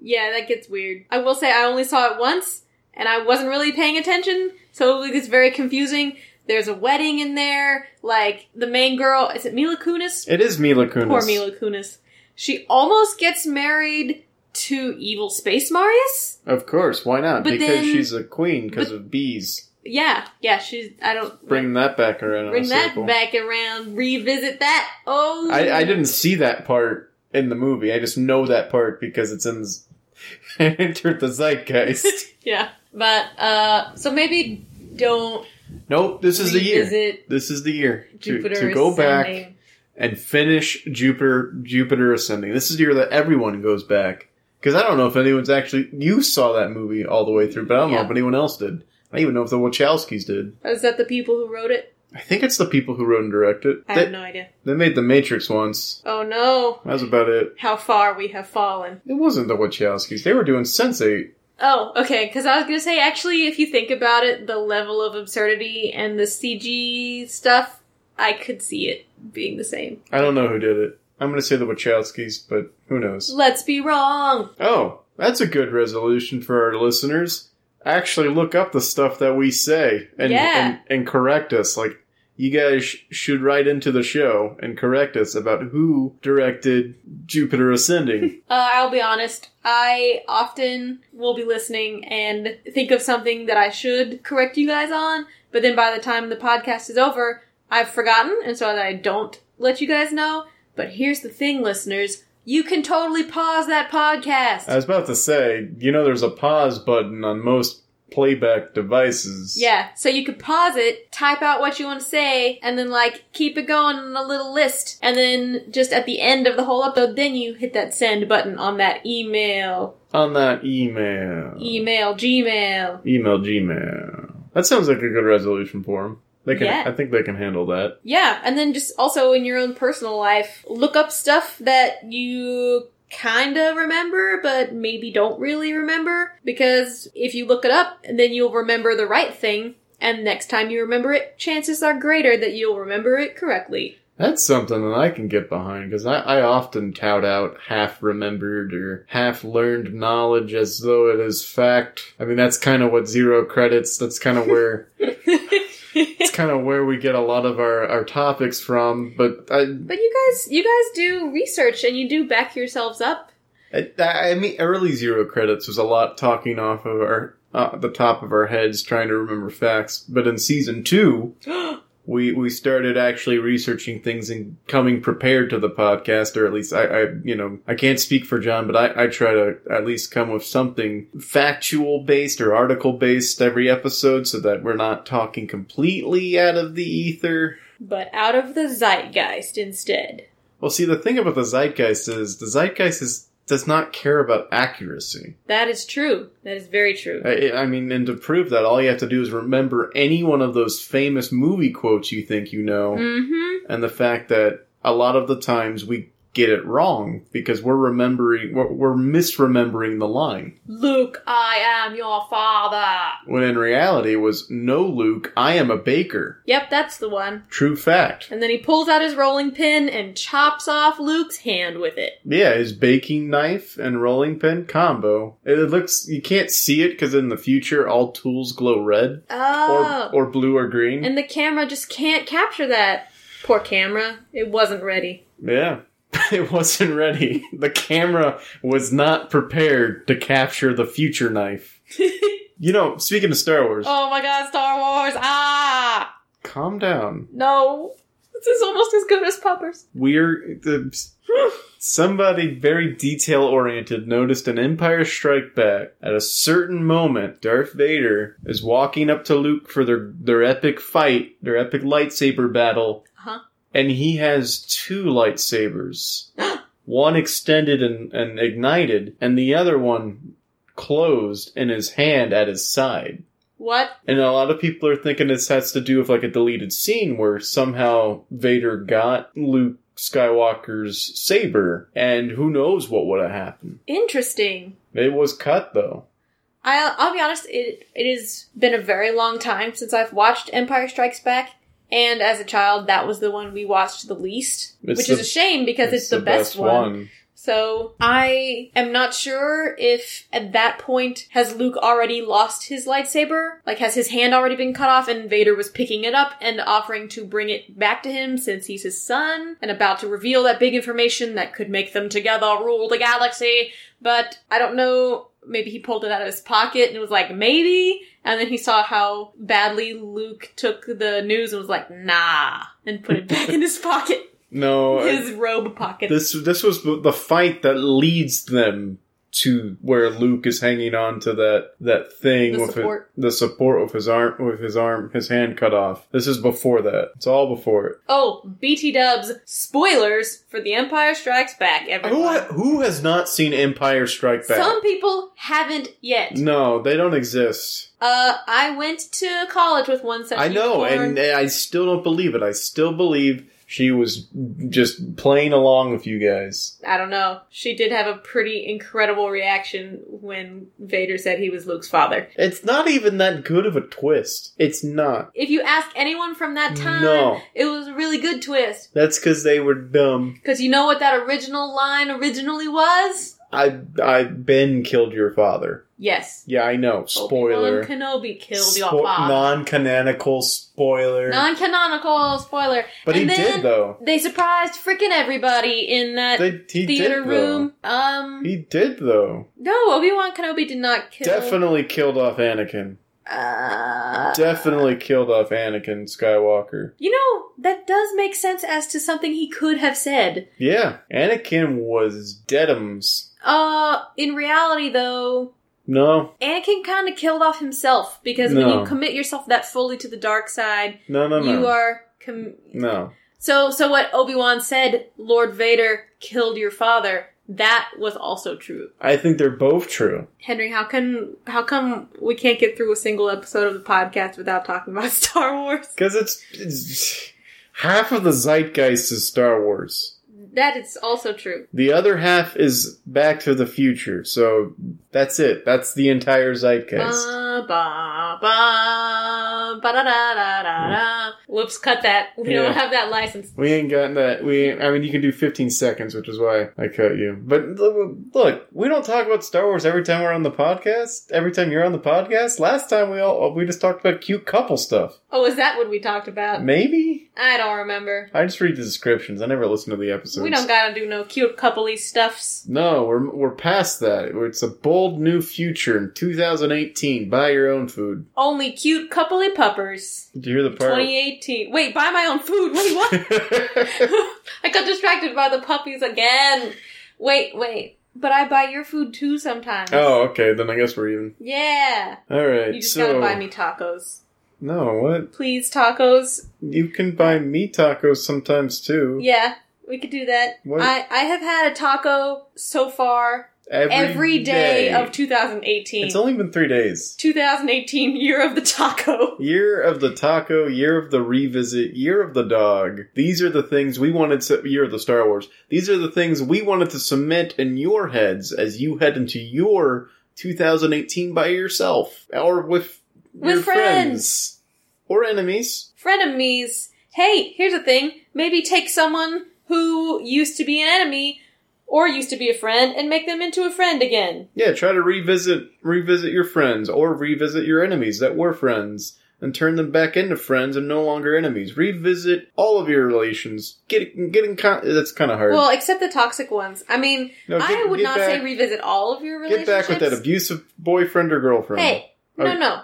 [SPEAKER 3] yeah, that gets weird. I will say I only saw it once and I wasn't really paying attention, so it gets very confusing. There's a wedding in there. Like the main girl, is it Mila Kunis?
[SPEAKER 2] It is Mila Kunis.
[SPEAKER 3] Poor Mila Kunis. She almost gets married to evil Space Marius.
[SPEAKER 2] Of course, why not?
[SPEAKER 3] But
[SPEAKER 2] because
[SPEAKER 3] then-
[SPEAKER 2] she's a queen because
[SPEAKER 3] but-
[SPEAKER 2] of bees.
[SPEAKER 3] Yeah, yeah. She's I don't
[SPEAKER 2] Bring that back around. on a
[SPEAKER 3] bring that
[SPEAKER 2] circle.
[SPEAKER 3] back around. Revisit that. Oh,
[SPEAKER 2] I, I didn't see that part in the movie. I just know that part because it's in. z- it entered the zeitgeist.
[SPEAKER 3] Yeah, but uh, so maybe don't
[SPEAKER 2] nope, this is the year.
[SPEAKER 3] revisit
[SPEAKER 2] This is the year to,
[SPEAKER 3] Jupiter
[SPEAKER 2] to go back
[SPEAKER 3] ascending.
[SPEAKER 2] and finish Jupiter Jupiter ascending. This is the year that everyone goes back because I don't know if anyone's actually you saw that movie all the way through, but I don't know
[SPEAKER 3] Yeah.
[SPEAKER 2] if anyone else did. I don't even know if the Wachowskis did.
[SPEAKER 3] Is that the people who wrote it?
[SPEAKER 2] I think it's the people who wrote and directed.
[SPEAKER 3] I
[SPEAKER 2] They-
[SPEAKER 3] have no idea.
[SPEAKER 2] They made The Matrix once.
[SPEAKER 3] Oh no,
[SPEAKER 2] That was about it.
[SPEAKER 3] how far we have fallen.
[SPEAKER 2] It wasn't the Wachowskis. They were doing Sense8.
[SPEAKER 3] Oh, okay, because I was going to say, actually, if you think about it, the level of absurdity and the CG stuff, I could see it being the same.
[SPEAKER 2] I don't know who did it. I'm going to say the Wachowskis, but who knows?
[SPEAKER 3] Let's be wrong!
[SPEAKER 2] Oh, that's a good resolution for our listeners. Actually, look up the stuff that we say and,
[SPEAKER 3] Yeah.
[SPEAKER 2] and, and correct us. Like, you guys sh- should write into the show and correct us about who directed Jupiter Ascending.
[SPEAKER 3] Uh, I'll be honest, I often will be listening and think of something that I should correct you guys on, but then by the time the podcast is over, I've forgotten, and so I don't let you guys know. But here's the thing, listeners you can totally pause that podcast.
[SPEAKER 2] I was about to say, you know, there's a pause button on most playback devices.
[SPEAKER 3] Yeah, so you could pause it, type out what you want to say, and then like keep it going on a little list. And then just at the end of the whole episode, then you hit that send button on that email,
[SPEAKER 2] On that email.
[SPEAKER 3] email, Gmail.
[SPEAKER 2] Email Gmail. That sounds like a good resolution for them. They can,
[SPEAKER 3] Yeah.
[SPEAKER 2] I think they can handle that.
[SPEAKER 3] Yeah, and then just also in your own personal life, look up stuff that you kind of remember, but maybe don't really remember. Because if you look it up, then you'll remember the right thing. And next time you remember it, chances are greater that you'll remember it correctly.
[SPEAKER 2] That's something that I can get behind because I, I often tout out half remembered or half learned knowledge as though it is fact. I mean, that's kind of what zero credits, that's kind of where, it's kind of where we get a lot of our, our topics from. But I,
[SPEAKER 3] But you guys, you guys do research and you do back yourselves up.
[SPEAKER 2] I, I mean, early zero credits was a lot talking off of our, uh, the top of our heads trying to remember facts. But in season two, we we started actually researching things and coming prepared to the podcast, or at least I, I you know I can't speak for John, but I, I try to at least come with something factual based or article based every episode, so that we're not talking completely out of the ether.
[SPEAKER 3] but out of the zeitgeist instead.
[SPEAKER 2] Well, see, the thing about the zeitgeist is the zeitgeist is does not care about accuracy.
[SPEAKER 3] That is true. That is very true.
[SPEAKER 2] I, I mean, and to prove that, all you have to do is remember any one of those famous movie quotes you think you know.
[SPEAKER 3] Mm-hmm.
[SPEAKER 2] and the fact that a lot of the times we get it wrong because we're remembering we're, we're misremembering the line
[SPEAKER 3] Luke, I am your father.
[SPEAKER 2] when in reality it was no luke i am a baker
[SPEAKER 3] Yep, that's the one.
[SPEAKER 2] true fact
[SPEAKER 3] And then he pulls out his rolling pin and chops off Luke's hand with it.
[SPEAKER 2] yeah his baking knife and rolling pin combo it looks you can't see it because in the future all tools glow red
[SPEAKER 3] Oh.
[SPEAKER 2] or, or blue or green
[SPEAKER 3] and the camera just can't capture that. Poor camera. It wasn't ready.
[SPEAKER 2] yeah it wasn't ready the camera was not prepared to capture the future knife you know speaking of star wars
[SPEAKER 3] Oh my god, Star Wars! Ah!
[SPEAKER 2] calm down.
[SPEAKER 3] No. This is almost as good as Poppers.
[SPEAKER 2] We're the, somebody very detail oriented noticed an Empire Strike Back. At a certain moment, Darth Vader is walking up to Luke for their their epic fight, their epic lightsaber battle,
[SPEAKER 3] Uh-huh.
[SPEAKER 2] and he has two lightsabers. one extended and, and ignited, and the other one closed in his hand at his side.
[SPEAKER 3] What?
[SPEAKER 2] And a lot of people are thinking this has to do with like a deleted scene where somehow Vader got Luke Skywalker's saber, and who knows what would have happened.
[SPEAKER 3] Interesting.
[SPEAKER 2] It was cut though.
[SPEAKER 3] I'll, I'll be honest, it, it has been a very long time since I've watched Empire Strikes Back, and as a child, that was the one we watched the least,
[SPEAKER 2] It's
[SPEAKER 3] which
[SPEAKER 2] the-
[SPEAKER 3] is a shame because it's, the, best, one. So I am not sure if at that point has Luke already lost his lightsaber? Like has his hand already been cut off and Vader was picking it up and offering to bring it back to him since he's his son and about to reveal that big information that could make them together rule the galaxy. But I don't know maybe he pulled it out of his pocket and was like, maybe. And then he saw how badly Luke took the news and was like, nah, and put it back in his pocket,
[SPEAKER 2] No, I-
[SPEAKER 3] his robe pocket.
[SPEAKER 2] this this was the fight that leads them to where Luke is hanging on to that that thing
[SPEAKER 3] The
[SPEAKER 2] with
[SPEAKER 3] support.
[SPEAKER 2] His, the support with his arm with his arm his hand cut off. This is before that. It's all before it.
[SPEAKER 3] oh, BT dubs, spoilers for The Empire Strikes Back, everyone.
[SPEAKER 2] Who who has not seen Empire Strike Back?
[SPEAKER 3] Some people haven't yet.
[SPEAKER 2] no, they don't exist.
[SPEAKER 3] Uh, I went to college with one such
[SPEAKER 2] I know,
[SPEAKER 3] unicorn.
[SPEAKER 2] and eh, I still don't believe it. I still believe she was just playing along with you guys.
[SPEAKER 3] I don't know. She did have a pretty incredible reaction when Vader said he was Luke's father.
[SPEAKER 2] It's not even that good of a twist. It's not.
[SPEAKER 3] If you ask anyone from that time,
[SPEAKER 2] No.
[SPEAKER 3] it was a really good twist.
[SPEAKER 2] That's because they were dumb.
[SPEAKER 3] Because you know what that original line originally was?
[SPEAKER 2] I I Ben killed your father.
[SPEAKER 3] Yes.
[SPEAKER 2] Yeah, I know. Spoiler.
[SPEAKER 3] Obi-Wan Kenobi killed
[SPEAKER 2] Spo-
[SPEAKER 3] your father.
[SPEAKER 2] Non-canonical spoiler.
[SPEAKER 3] Non-canonical spoiler.
[SPEAKER 2] but he
[SPEAKER 3] And then
[SPEAKER 2] did though.
[SPEAKER 3] They surprised freaking everybody in that
[SPEAKER 2] They, he
[SPEAKER 3] theater
[SPEAKER 2] did,
[SPEAKER 3] room. Um,
[SPEAKER 2] Though. He did though.
[SPEAKER 3] no, Obi-Wan Kenobi did not kill.
[SPEAKER 2] Definitely killed off Anakin.
[SPEAKER 3] Uh,
[SPEAKER 2] Definitely killed off Anakin Skywalker.
[SPEAKER 3] You know that does make sense as to something he could have said.
[SPEAKER 2] Yeah, Anakin was deadums.
[SPEAKER 3] Uh, in reality, though,
[SPEAKER 2] No,
[SPEAKER 3] Anakin kind of killed off himself because when
[SPEAKER 2] No.
[SPEAKER 3] you commit yourself that fully to the dark side,
[SPEAKER 2] no, no, no.
[SPEAKER 3] you are com-
[SPEAKER 2] no.
[SPEAKER 3] So, so what Obi Wan said, Lord Vader killed your father. That was also true.
[SPEAKER 2] I think they're both true.
[SPEAKER 3] Henry, how can how come we can't get through a single episode of the podcast without talking about Star Wars?
[SPEAKER 2] Because it's, it's half of the zeitgeist is Star Wars.
[SPEAKER 3] That is also true.
[SPEAKER 2] The other half is Back to the Future, so that's it. That's the entire zeitgeist.
[SPEAKER 3] Ba, ba, ba, ba, da, da, da, da, da. Whoops, cut that. We
[SPEAKER 2] Yeah.
[SPEAKER 3] don't have that license.
[SPEAKER 2] we ain't gotten that. We, I mean, you can do 15 seconds, which is why I cut you. But l- look, we don't talk about Star Wars every time we're on the podcast. Every time you're on the podcast. Last time we all we just talked about cute couple stuff.
[SPEAKER 3] Oh, is that what we talked about?
[SPEAKER 2] Maybe
[SPEAKER 3] I don't remember.
[SPEAKER 2] I just read the descriptions. I never listen to the episodes.
[SPEAKER 3] We don't gotta do no cute coupley stuffs.
[SPEAKER 2] No, we're we're past that. It's a bold new future in 2018. Buy your own food.
[SPEAKER 3] Only cute coupley puppers.
[SPEAKER 2] Did you hear the part?
[SPEAKER 3] 2018. Wait, buy my own food. Wait, what? I got distracted by the puppies again. Wait, wait. But I buy your food too sometimes.
[SPEAKER 2] Oh, okay. Then I guess we're even.
[SPEAKER 3] Yeah.
[SPEAKER 2] All right.
[SPEAKER 3] You just
[SPEAKER 2] so,
[SPEAKER 3] gotta buy me tacos.
[SPEAKER 2] No, what?
[SPEAKER 3] Please, tacos.
[SPEAKER 2] You can buy me tacos sometimes too.
[SPEAKER 3] Yeah, we could do that.
[SPEAKER 2] What?
[SPEAKER 3] I, I have had a taco so far every day, of 2018.
[SPEAKER 2] It's only been three days.
[SPEAKER 3] 2018, year of the taco.
[SPEAKER 2] Year of the taco, year of the revisit, year of the dog. These are the things we wanted to. Year of the Star Wars. These are the things we wanted to cement in your heads as you head into your 2018 by yourself or with
[SPEAKER 3] With
[SPEAKER 2] your
[SPEAKER 3] friends.
[SPEAKER 2] or enemies.
[SPEAKER 3] Frenemies. Hey, here's the thing. Maybe take someone who used to be an enemy or used to be a friend and make them into a friend again.
[SPEAKER 2] Yeah, try to revisit revisit your friends or revisit your enemies that were friends and turn them back into friends and no longer enemies. Revisit all of your relations. Get get in con- that's kind of hard.
[SPEAKER 3] Well, except the toxic ones. I mean,
[SPEAKER 2] No,
[SPEAKER 3] I
[SPEAKER 2] get-
[SPEAKER 3] would
[SPEAKER 2] get
[SPEAKER 3] not say
[SPEAKER 2] back-
[SPEAKER 3] revisit all of your
[SPEAKER 2] get
[SPEAKER 3] relationships.
[SPEAKER 2] back with that abusive boyfriend or girlfriend.
[SPEAKER 3] Hey, no,
[SPEAKER 2] Okay.
[SPEAKER 3] no,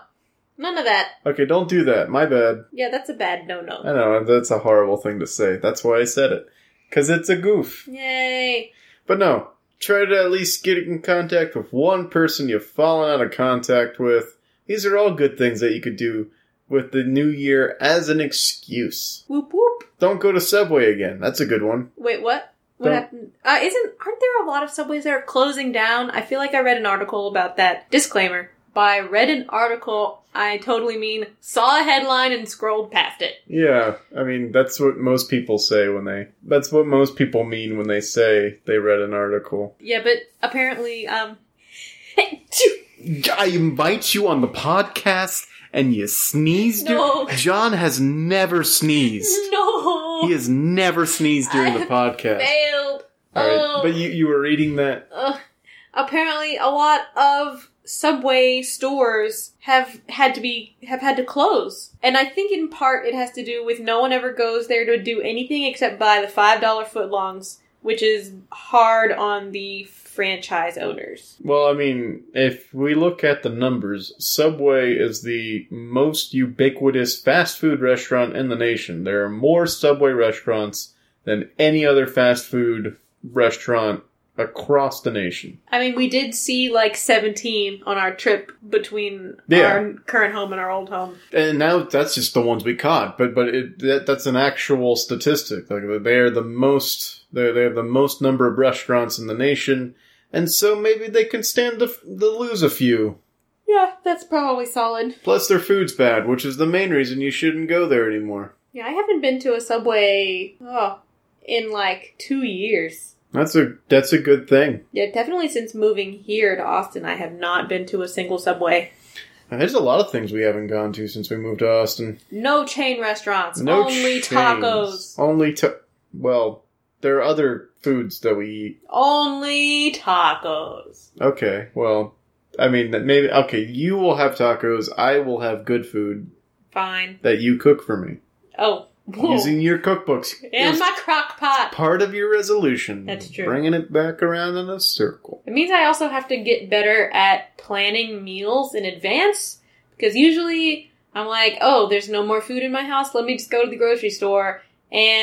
[SPEAKER 3] none of that.
[SPEAKER 2] Okay, don't do that. My bad.
[SPEAKER 3] Yeah, that's a bad no-no.
[SPEAKER 2] I know that's a horrible thing to say. That's why I said it. Cuz it's a goof.
[SPEAKER 3] Yay!
[SPEAKER 2] But no, try to at least get in contact with one person you've fallen out of contact with. These are all good things that you could do with the new year as an excuse.
[SPEAKER 3] Whoop whoop.
[SPEAKER 2] Don't go to Subway again. That's a good one.
[SPEAKER 3] Wait, what? What
[SPEAKER 2] Don't-
[SPEAKER 3] happened? Uh, isn't aren't there a lot of subways that are closing down? I feel like I read an article about that. Disclaimer: By read an article, I totally mean saw a headline and scrolled past it.
[SPEAKER 2] Yeah, I mean, that's what most people say when they. That's what most people mean when they say they read an article.
[SPEAKER 3] Yeah, but apparently, um,
[SPEAKER 2] I invite you on the podcast and you sneeze. dur-
[SPEAKER 3] No.
[SPEAKER 2] John has never sneezed.
[SPEAKER 3] no,
[SPEAKER 2] has never sneezed
[SPEAKER 3] I
[SPEAKER 2] podcast.
[SPEAKER 3] failed.
[SPEAKER 2] All right.
[SPEAKER 3] Oh.
[SPEAKER 2] But you, you were reading that.
[SPEAKER 3] Ugh. Apparently, a lot of Subway stores have had to be have had to close, and I think in part it has to do with no one ever goes there to do anything except buy the five dollar footlongs, which is hard on the franchise owners.
[SPEAKER 2] Well, I mean, if we look at the numbers, Subway is the most ubiquitous fast food restaurant in the nation. There are more Subway restaurants than any other fast food restaurant across the nation.
[SPEAKER 3] I mean, we did see like seventeen on our trip between
[SPEAKER 2] Yeah.
[SPEAKER 3] our current home and our old home.
[SPEAKER 2] And now that's just the ones we caught, but but it, that, that's an actual statistic. Like they are the most, they they have the most number of restaurants in the nation, and so maybe they can stand to, to lose a few.
[SPEAKER 3] Yeah, that's probably solid.
[SPEAKER 2] Plus, their food's bad, which is the main reason you shouldn't go there anymore.
[SPEAKER 3] Yeah, I haven't been to a Subway oh, in like two years.
[SPEAKER 2] That's a that's a good thing.
[SPEAKER 3] Yeah, definitely since moving here to Austin, I have not been to a single Subway.
[SPEAKER 2] And There's a lot of things we haven't gone to since we moved to Austin.
[SPEAKER 3] No chain restaurants,
[SPEAKER 2] No
[SPEAKER 3] only
[SPEAKER 2] chains.
[SPEAKER 3] tacos.
[SPEAKER 2] Only ta- well, there are other foods that we eat.
[SPEAKER 3] Only tacos.
[SPEAKER 2] Okay, well, I mean that maybe okay. You will have tacos. I will have good food
[SPEAKER 3] Fine.
[SPEAKER 2] that you cook for me
[SPEAKER 3] Oh, whoa.
[SPEAKER 2] using your cookbooks. It
[SPEAKER 3] and
[SPEAKER 2] was
[SPEAKER 3] my crock pot.
[SPEAKER 2] part of your resolution.
[SPEAKER 3] That's true.
[SPEAKER 2] Bringing it back around in a circle.
[SPEAKER 3] It means I also have to get better at planning meals in advance because usually I'm like, oh, there's no more food in my house. Let me just go to the grocery store.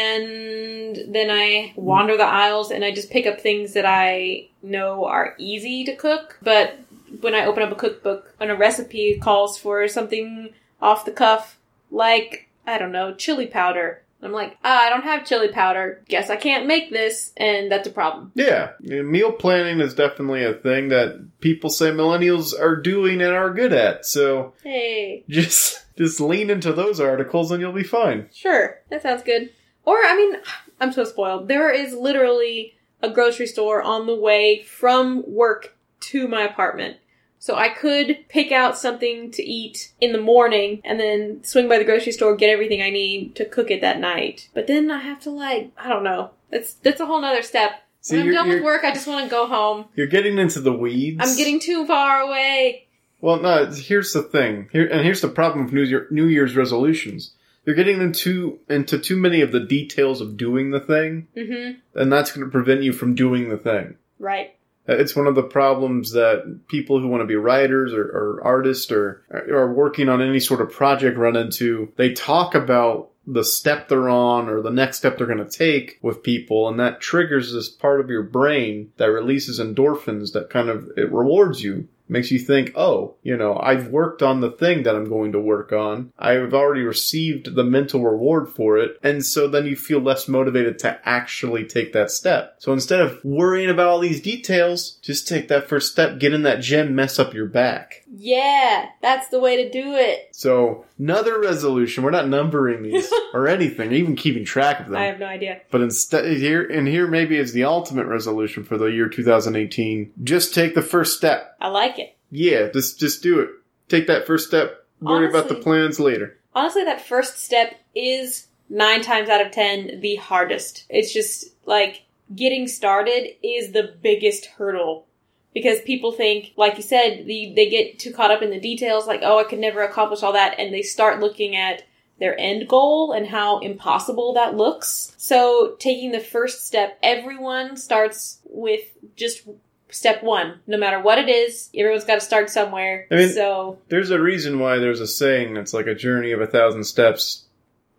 [SPEAKER 3] And then I wander the aisles and I just pick up things that I know are easy to cook. But when I open up a cookbook and a recipe calls for something off the cuff, like, I don't know, chili powder. I'm like, ah, I don't have chili powder. Guess I can't make this. And that's a problem.
[SPEAKER 2] Yeah, yeah, meal planning is definitely a thing that people say millennials are doing and are good at. So
[SPEAKER 3] Hey,
[SPEAKER 2] just just lean into those articles and you'll be fine.
[SPEAKER 3] sure. That sounds good. Or, I mean, I'm so spoiled. There is literally a grocery store on the way from work to my apartment. So I could pick out something to eat in the morning and then swing by the grocery store, get everything I need to cook it that night. But then I have to, like, I don't know. That's, that's a whole nother step.
[SPEAKER 2] See,
[SPEAKER 3] when I'm
[SPEAKER 2] you're,
[SPEAKER 3] done
[SPEAKER 2] you're,
[SPEAKER 3] with work, I just want to go home.
[SPEAKER 2] you're getting into the weeds.
[SPEAKER 3] I'm getting too far away.
[SPEAKER 2] Well, no. Here's the thing. Here and here's the problem with New Year, New Year's resolutions. You're getting into into too many of the details of doing the thing,
[SPEAKER 3] Mm hmm.
[SPEAKER 2] and that's going to prevent you from doing the thing.
[SPEAKER 3] Right.
[SPEAKER 2] It's one of the problems that people who want to be writers or, or artists or are working on any sort of project run into. They talk about the step they're on or the next step they're going to take with people, and that triggers this part of your brain that releases endorphins that kind of it rewards you. Makes you think, oh, you know, I've worked on the thing that I'm going to work on. I've already received the mental reward for it. And so then you feel less motivated to actually take that step. So instead of worrying about all these details, just take that first step, get in that gym, mess up your back.
[SPEAKER 3] Yeah, that's the way to do it.
[SPEAKER 2] So another resolution. We're not numbering these or anything, or even keeping track of them.
[SPEAKER 3] I have no idea.
[SPEAKER 2] But instead, here and here maybe is the ultimate resolution for the year 2018. Just take the first step.
[SPEAKER 3] I like it.
[SPEAKER 2] Yeah, just just do it. Take that first step. Worry about the
[SPEAKER 3] Honestly-
[SPEAKER 2] plans later.
[SPEAKER 3] Honestly, that first step is nine times out of ten the hardest. It's just like getting started is the biggest hurdle because people think, like you said, the, they get too caught up in the details, like, oh, I could never accomplish all that, and they start looking at their end goal and how impossible that looks. So, taking the first step, everyone starts with just step one, no matter what it is, everyone's got to start somewhere.
[SPEAKER 2] I mean-
[SPEAKER 3] so,
[SPEAKER 2] There's a reason why there's a saying that's like a journey of a thousand steps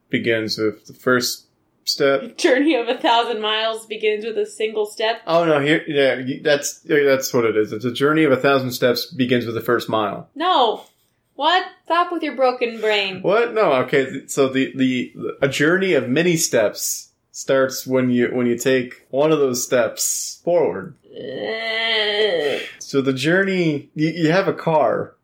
[SPEAKER 2] begins with the first step.
[SPEAKER 3] journey of a thousand miles begins with a single step.
[SPEAKER 2] Oh no, here yeah, you- that's yeah, that's what it is. It's a journey of a thousand steps begins with the first mile.
[SPEAKER 3] No. What? Stop with your broken brain.
[SPEAKER 2] What? No, okay. th- So the the a journey of many steps starts when you when you take one of those steps forward.
[SPEAKER 3] Ugh.
[SPEAKER 2] So the journey you, you have a car,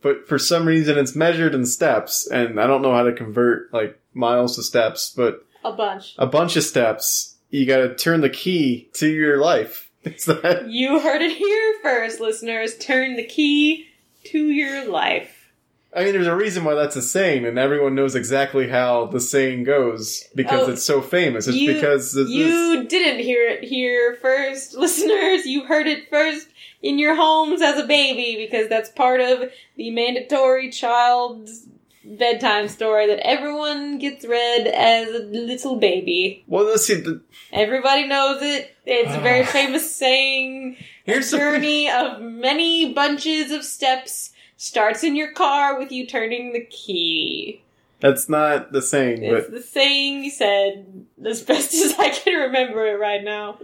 [SPEAKER 2] but for some reason it's measured in steps, and I don't know how to convert like miles to steps, but
[SPEAKER 3] A bunch.
[SPEAKER 2] a bunch of steps. You got to turn the key to your life. It's that.
[SPEAKER 3] You heard it here first, listeners. Turn the key to your life.
[SPEAKER 2] I mean, there's a reason why that's a saying, and everyone knows exactly how the saying goes because
[SPEAKER 3] Oh,
[SPEAKER 2] it's so famous. It's
[SPEAKER 3] you-
[SPEAKER 2] because this,
[SPEAKER 3] You didn't hear it here first, listeners. You heard it first in your homes as a baby because that's part of the mandatory child's bedtime story that everyone gets read as a little baby.
[SPEAKER 2] well, let's see. The,
[SPEAKER 3] Everybody knows it. It's a very famous saying.
[SPEAKER 2] Ah. here's
[SPEAKER 3] a
[SPEAKER 2] the thing.
[SPEAKER 3] journey of many bunches of steps starts in your car with you turning the key.
[SPEAKER 2] That's not the saying,
[SPEAKER 3] It's
[SPEAKER 2] but
[SPEAKER 3] the saying you said as best as I can remember it right now.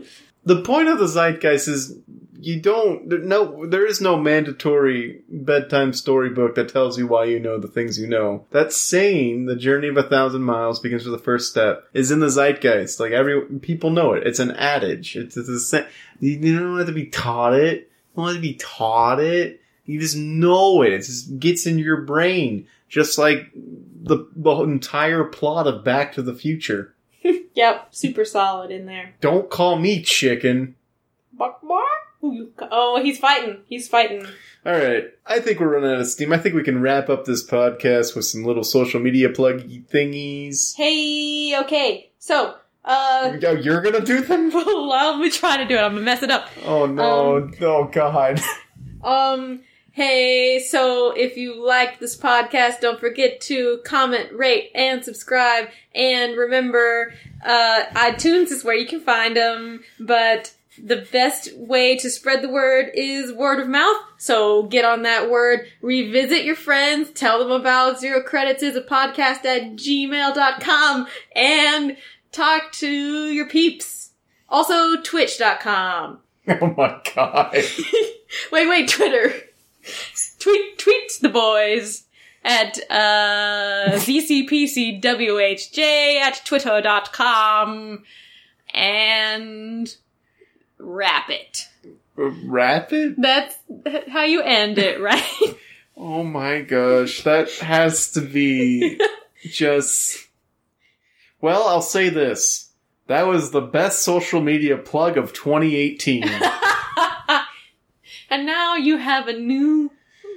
[SPEAKER 2] the point of the zeitgeist is you don't there, no there is no mandatory bedtime storybook that tells you why you know the things you know that saying the journey of a thousand miles begins with the first step is in the zeitgeist like every people know it it's an adage it's, it's a sa- you you don't have to be taught it you don't have to be taught it you just know it it just gets in your brain just like the, the entire plot of back to the future
[SPEAKER 3] Yep, super solid in there.
[SPEAKER 2] don't call me chicken
[SPEAKER 3] Bark, bark. Who you ca- Oh, he's fighting. He's fighting.
[SPEAKER 2] All right. I think we're running out of steam. I think we can wrap up this podcast with some little social media plug thingies.
[SPEAKER 3] Hey, okay. So, uh,
[SPEAKER 2] Oh, you're going to do them?
[SPEAKER 3] well, I'm trying to do it. I'm gonna mess it up.
[SPEAKER 2] Oh, no.
[SPEAKER 3] Um,
[SPEAKER 2] oh, God.
[SPEAKER 3] Um, hey, so if you liked this podcast, don't forget to comment, rate, and subscribe. And remember, uh, iTunes is where you can find them, but the best way to spread the word is word of mouth. So get on that word, revisit your friends, tell them about Zero Credits is a podcast at gmail.com, and talk to your peeps. Also, twitch.com.
[SPEAKER 2] Oh, my God.
[SPEAKER 3] Wait, wait, Twitter. tweet, tweet the boys at uh, ZCPCWHJ at twitter.com and wrap it.
[SPEAKER 2] Rapid?
[SPEAKER 3] That's how you end it, right?
[SPEAKER 2] Oh, my gosh. That has to be just. Well, I'll say this. That was the best social media plug of 2018.
[SPEAKER 3] and now you have a new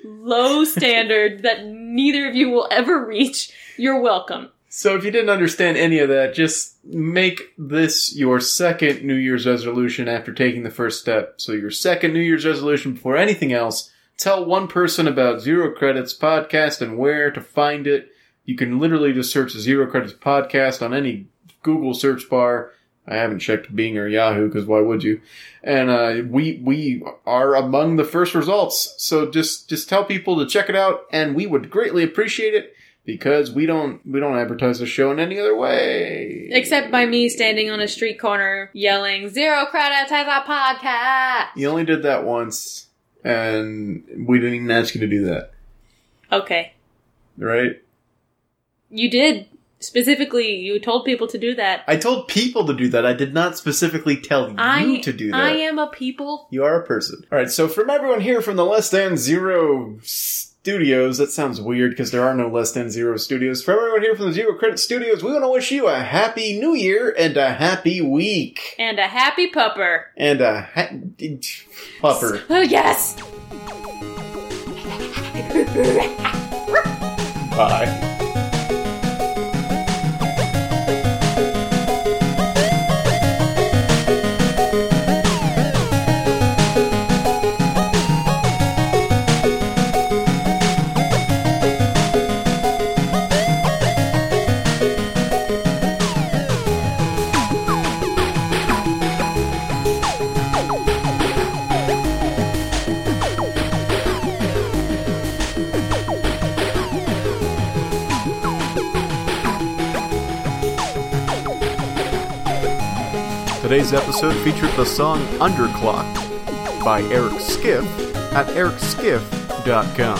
[SPEAKER 3] low standard that neither of you will ever reach. You're welcome.
[SPEAKER 2] So if you didn't understand any of that, just make this your second New Year's resolution after taking the first step. So your second New Year's resolution before anything else, tell one person about Zero Credits podcast and where to find it. You can literally just search Zero Credits podcast on any Google search bar. I haven't checked Bing or Yahoo because why would you? And uh, we we are among the first results. So just just tell people to check it out, and we would greatly appreciate it because we don't we don't advertise the show in any other way
[SPEAKER 3] Except by me standing on a street corner yelling, Zero credits has a podcast.
[SPEAKER 2] You only did that once, and we didn't even ask you to do that,
[SPEAKER 3] Okay.
[SPEAKER 2] right?
[SPEAKER 3] You did. Specifically, you told people to do that.
[SPEAKER 2] I told people to do that. I did not specifically tell
[SPEAKER 3] I
[SPEAKER 2] you to do that.
[SPEAKER 3] I am a people.
[SPEAKER 2] You are a person. All right. So from everyone here from the Less Than Zero Studios, that sounds weird because there are no Less Than Zero Studios. From everyone here from the Zero Credit Studios, we want to wish you a happy New Year and a happy week
[SPEAKER 3] And a happy pupper.
[SPEAKER 2] and a ha- pupper.
[SPEAKER 3] Oh, yes!
[SPEAKER 2] Bye.
[SPEAKER 4] Today's episode featured the song Underclock by Eric Skiff at ericskiff.com.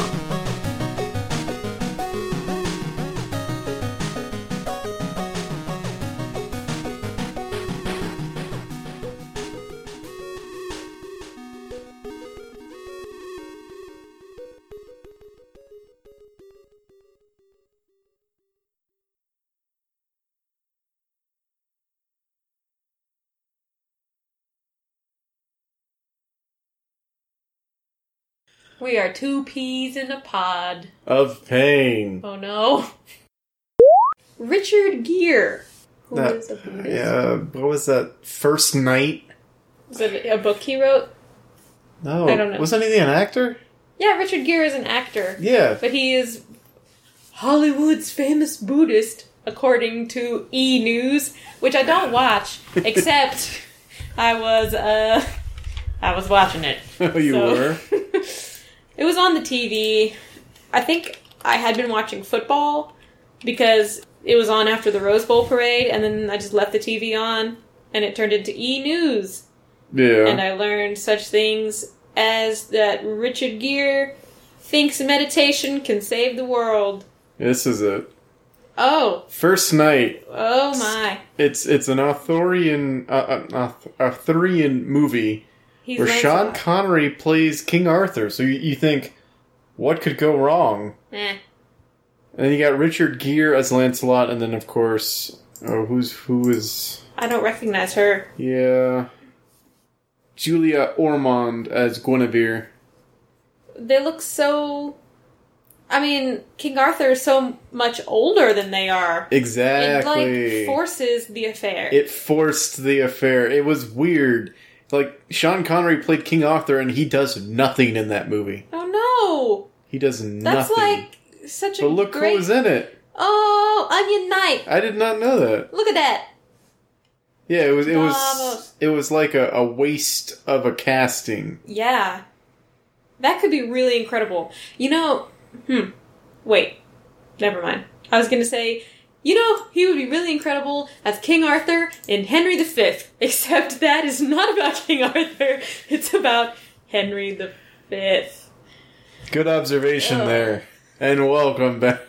[SPEAKER 3] We are two peas in a pod.
[SPEAKER 2] Of pain.
[SPEAKER 3] Oh no. Richard Gere. who
[SPEAKER 2] That-
[SPEAKER 3] is a Buddhist.
[SPEAKER 2] Yeah, what was that? First Night?
[SPEAKER 3] Is it a book he wrote?
[SPEAKER 2] No.
[SPEAKER 3] I don't know.
[SPEAKER 2] Wasn't he an actor?
[SPEAKER 3] Yeah, Richard Gere is an actor.
[SPEAKER 2] Yeah.
[SPEAKER 3] But he is Hollywood's famous Buddhist, according to E News, which I don't watch, except I was uh I was watching it.
[SPEAKER 2] Oh, you
[SPEAKER 3] So-
[SPEAKER 2] were?
[SPEAKER 3] it was on the TV. I think I had been watching football because it was on after the Rose Bowl parade, and then I just left the TV on, and it turned into E News
[SPEAKER 2] Yeah.
[SPEAKER 3] and I learned such things as that Richard Gere thinks meditation can save the world.
[SPEAKER 2] this is it.
[SPEAKER 3] Oh,
[SPEAKER 2] First Night.
[SPEAKER 3] oh my.
[SPEAKER 2] It's it's an Arthurian uh, uh, Arth- Arthurian movie
[SPEAKER 3] He's
[SPEAKER 2] where Sean
[SPEAKER 3] Lancelot.
[SPEAKER 2] Connery plays King Arthur. So you, you think, what could go wrong?
[SPEAKER 3] Eh.
[SPEAKER 2] And then you got Richard Gere as Lancelot, and then of course, oh, who's who is
[SPEAKER 3] I don't recognize her.
[SPEAKER 2] yeah, Julia Ormond as Guinevere.
[SPEAKER 3] They look so. I mean, King Arthur is so much older than they are.
[SPEAKER 2] Exactly.
[SPEAKER 3] It like forces the affair.
[SPEAKER 2] it forced the affair. It was weird. Like Sean Connery played King Arthur, and he does nothing in that movie.
[SPEAKER 3] oh
[SPEAKER 2] He does
[SPEAKER 3] no! That's
[SPEAKER 2] nothing.
[SPEAKER 3] like such a
[SPEAKER 2] but look
[SPEAKER 3] great.
[SPEAKER 2] who was in it.
[SPEAKER 3] Oh, Onion Knight!
[SPEAKER 2] I did not know that.
[SPEAKER 3] Look at that.
[SPEAKER 2] Yeah, it was it was
[SPEAKER 3] Vamos.
[SPEAKER 2] it was like a, a waste of a casting.
[SPEAKER 3] Yeah. That could be really incredible. You know, hmm. Wait. Never mind. I was going to say, you know, he would be really incredible as King Arthur in Henry V, except that is not about King Arthur. It's about Henry V.
[SPEAKER 2] Good observation
[SPEAKER 3] Ugh.
[SPEAKER 2] there. And welcome back.